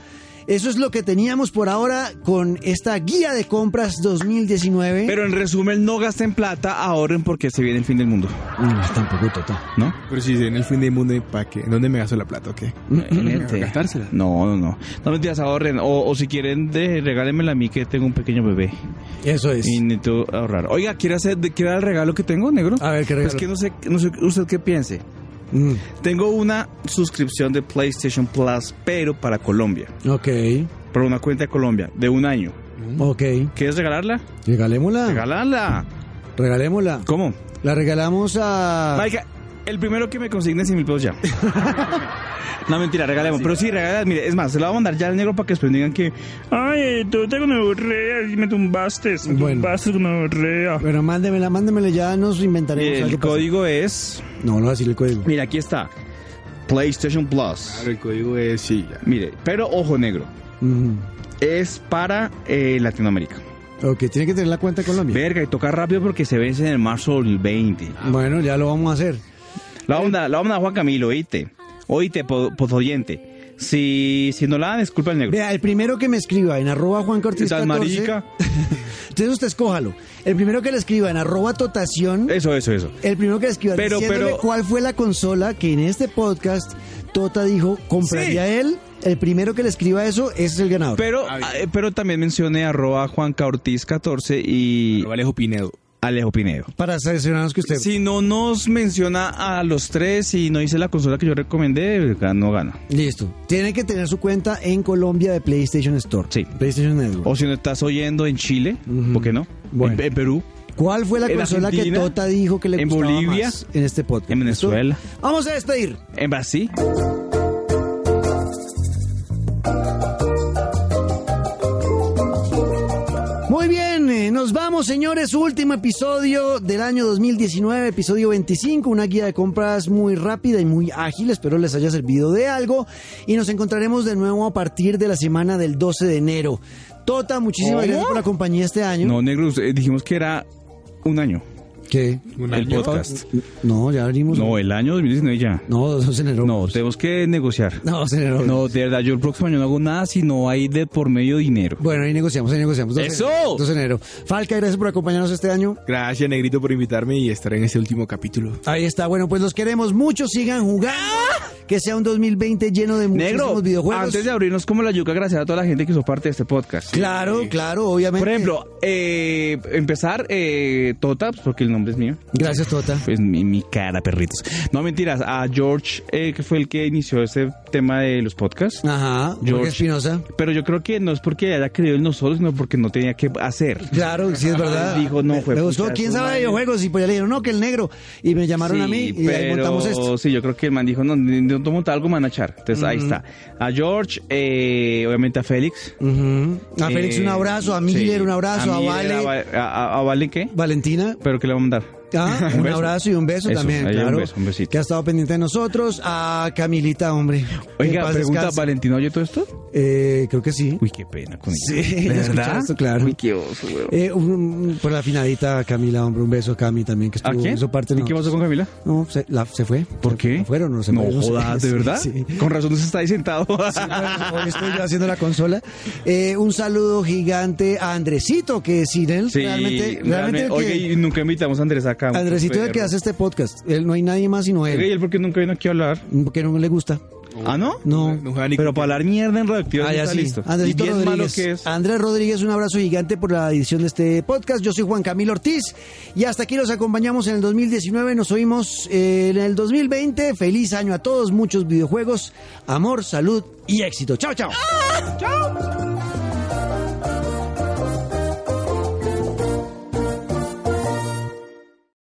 A: Eso es lo que teníamos por ahora con esta guía de compras 2019.
C: Pero en resumen, no gasten plata, ahorren porque se viene el fin del mundo.
A: No, tampoco, total.
C: ¿No?
D: Pero si en el fin del mundo, ¿para qué? ¿En dónde me gasto la plata o qué?
C: Mm, Imagínate. No, no, no. No mentiras, ahorren. O, o si quieren, de, regálenmela a mí que tengo un pequeño bebé.
A: Eso es.
C: Y necesito ahorrar. Oiga, ¿quiere, hacer, de- ¿quiere dar el regalo que tengo, negro?
A: A ver, ¿qué regalo?
C: Es que no sé, no sé usted qué piense.
A: Mm,
C: Tengo una suscripción de PlayStation Plus, pero para Colombia.
A: ok,
C: Para una cuenta de Colombia, de un año.
A: ok.
C: ¿Quieres regalarla?
A: Regalémosla.
C: Regalarla.
A: Regalémosla.
C: ¿Cómo?
A: La regalamos a.
C: Marica, el primero que me consigne 100 mil pesos ya. no, mentira, regalemos. Pero sí, regalas. Mire, es más, se la voy a mandar ya al negro para que después digan que. Ay, tú te me aburré, me tumbaste. Me
A: Bueno.
C: tumbaste, me aburré.
A: Bueno, mándemela, mándemela ya, nos inventaremos
C: Mire,
A: algo.
C: el
A: para hacer.
C: código es.
A: No, no va a decir el código.
C: Mira, aquí está. PlayStation Plus.
D: Claro, el código es sí, ya.
C: Mire, pero ojo negro.
A: Mm,
C: Es para eh, Latinoamérica.
A: Ok, tiene que tener la cuenta de Colombia.
C: Verga, y toca rápido porque se vence en el marzo del 20.
A: Bueno, ya lo vamos a hacer.
C: La onda, la onda Juan Camilo, oíste. Oíste, po- pozoyente. Si, si no la dan, disculpa el negro.
A: Vea, el primero que me escriba en arroba Juan Cortés.
C: Tan
A: 14,
C: marica.
A: Entonces usted escójalo. El primero que le escriba en arroba Totación.
C: Eso, eso, eso.
A: El primero que le escriba
C: Eh. Pero,
A: diciéndole
C: pero-
A: cuál fue la consola que en este podcast Tota dijo compraría él. El primero que le escriba eso ese es el ganador.
C: Pero, ah, eh, pero también mencioné arroba Juanca Ortiz 14 y
D: Valejo Pinedo.
C: Alejo Pinedo.
A: Para seleccionarnos que usted.
C: Si no nos menciona a los tres y no dice la consola que yo recomendé, no gana.
A: Listo. Tiene que tener su cuenta en Colombia de PlayStation Store.
C: Sí.
A: PlayStation Network.
C: O si no estás oyendo en Chile,
A: Ujú.
C: ¿por qué no?
A: Bueno.
C: En, en Perú.
A: ¿Cuál fue la
C: en
A: consola que
C: Argentina,
A: Tota dijo que le
C: en
A: gustaba
C: Bolivia,
A: más en este podcast?
C: En Venezuela.
A: Vamos a despedir.
C: En Brasil.
A: Muy bien, eh, nos vamos señores, último episodio del año 2019, episodio 25, una guía de compras muy rápida y muy ágil, espero les haya servido de algo y nos encontraremos de nuevo a partir de la semana del 12 de enero. Tota, muchísimas
C: ¿Cómo?
A: gracias por la compañía este año.
C: No, Negros, eh, dijimos que era un año.
A: ¿Qué?
C: ¿Un el
A: año?
C: podcast.
A: No, ya abrimos.
C: No, el año 2019 ya.
A: No, 12 de enero.
C: No, tenemos que negociar.
A: No, 12 de enero.
C: No, de verdad, yo el próximo año no hago nada si no hay de por medio dinero.
A: Bueno, ahí negociamos, ahí negociamos. 12 de
C: ¡Eso!
A: enero, 12 de enero. Falca, gracias por acompañarnos este año.
D: Gracias, Negrito, por invitarme y estar en este último capítulo.
A: Ahí está, bueno, pues los queremos mucho, sigan jugando. Que sea un 2020 lleno de muchísimos
C: ¡Ah! Negro,
A: videojuegos.
C: antes de abrirnos como la yuca, gracias a toda la gente que hizo parte de este podcast.
A: Claro, claro, obviamente.
C: Por ejemplo, eh, empezar eh, Tota, pues, porque el nombre es mío.
A: Gracias, Tota.
C: Pues mi, mi cara, perritos. No mentiras, a George, eh, que fue el que inició este tema de los podcasts.
A: Ajá, Jorge
C: George.
A: Espinosa.
C: Pero yo creo que no es porque haya creído en nosotros, sino porque no tenía que hacer.
A: Claro, sí es verdad.
C: Él dijo, no,
A: me,
C: fue
A: me
C: puta,
A: gustó, ¿quién
C: su
A: sabe de
C: madre.
A: videojuegos? Y pues ya le dijeron, no, que el negro. Y me llamaron a mí y ahí montamos esto.
C: Sí, yo creo que el man dijo, no, ni- ni- no monta algo, me van a echar. Entonces ahí
A: Ujú.
C: está. A George, eh, obviamente a Félix.
A: Ujú. A Félix un abrazo, a Miller un abrazo, a
C: Miller,
A: Vale.
C: A, a- a Vale qué?
A: Valentina.
C: ¿Pero qué le vamos a mandar?
A: Ah,
C: Un
A: un
C: beso.
A: abrazo y un beso
C: Eso,
A: también,
C: ahí un
A: claro.
C: beso, un besito.
A: Que ha estado pendiente de nosotros. A Camilita, hombre. que en
C: Oiga,
A: paz
C: pregunta,
A: descanse.
C: ¿Valentina oye todo esto?
A: Eh, creo que sí.
C: Uy, qué pena con ella.
A: Sí, ella escucha
C: ¿Verdad?
A: esto, claro.
C: Uy, qué oso, weón.
A: Eh, un- un- por la finadita, Camila, hombre, un beso a Cami también, que
C: ¿A
A: estuvo,
C: quién?
A: hizo parte de
C: ¿Y qué pasó
A: nosotros.
C: con Camila?
A: No, se, la- se fue.
C: ¿Por
A: Se-
C: qué?
A: la fueron, no se
C: No
A: fue, no sé.
C: jodas, ¿de
A: Sí,
C: verdad?
A: sí.
C: Con razón no se está ahí sentado.
A: Hoy estoy yo haciendo la consola. Eh, un saludo gigante a Andresito, que sin él
C: Sí,
A: realmente,
C: realmente,
A: realmente el que-
C: oye, y nunca invitamos a Andrés acá.
A: Andresito es el que hace este podcast. Él no hay nadie más sino
C: Oye, ¿y
A: él.
C: él por qué nunca vino aquí a hablar?
A: Porque no le gusta.
C: ¿Ah, no?
A: No.
D: No juega ni
C: Pero
D: con-
C: para hablar mierda en radioactiva
A: Ah,
C: no
A: ya
C: está
A: sí.
C: listo.
A: Andresito
C: y bien malo
A: Rodríguez.
C: que es.
A: Andrés Rodríguez, un abrazo gigante por la edición de este podcast. Yo soy Juan Camilo Ortiz y hasta aquí los acompañamos en el 2019. Nos oímos eh, en el 2020. Feliz año a todos, muchos videojuegos, amor, salud y éxito. Chao, chao.
E: Ciao.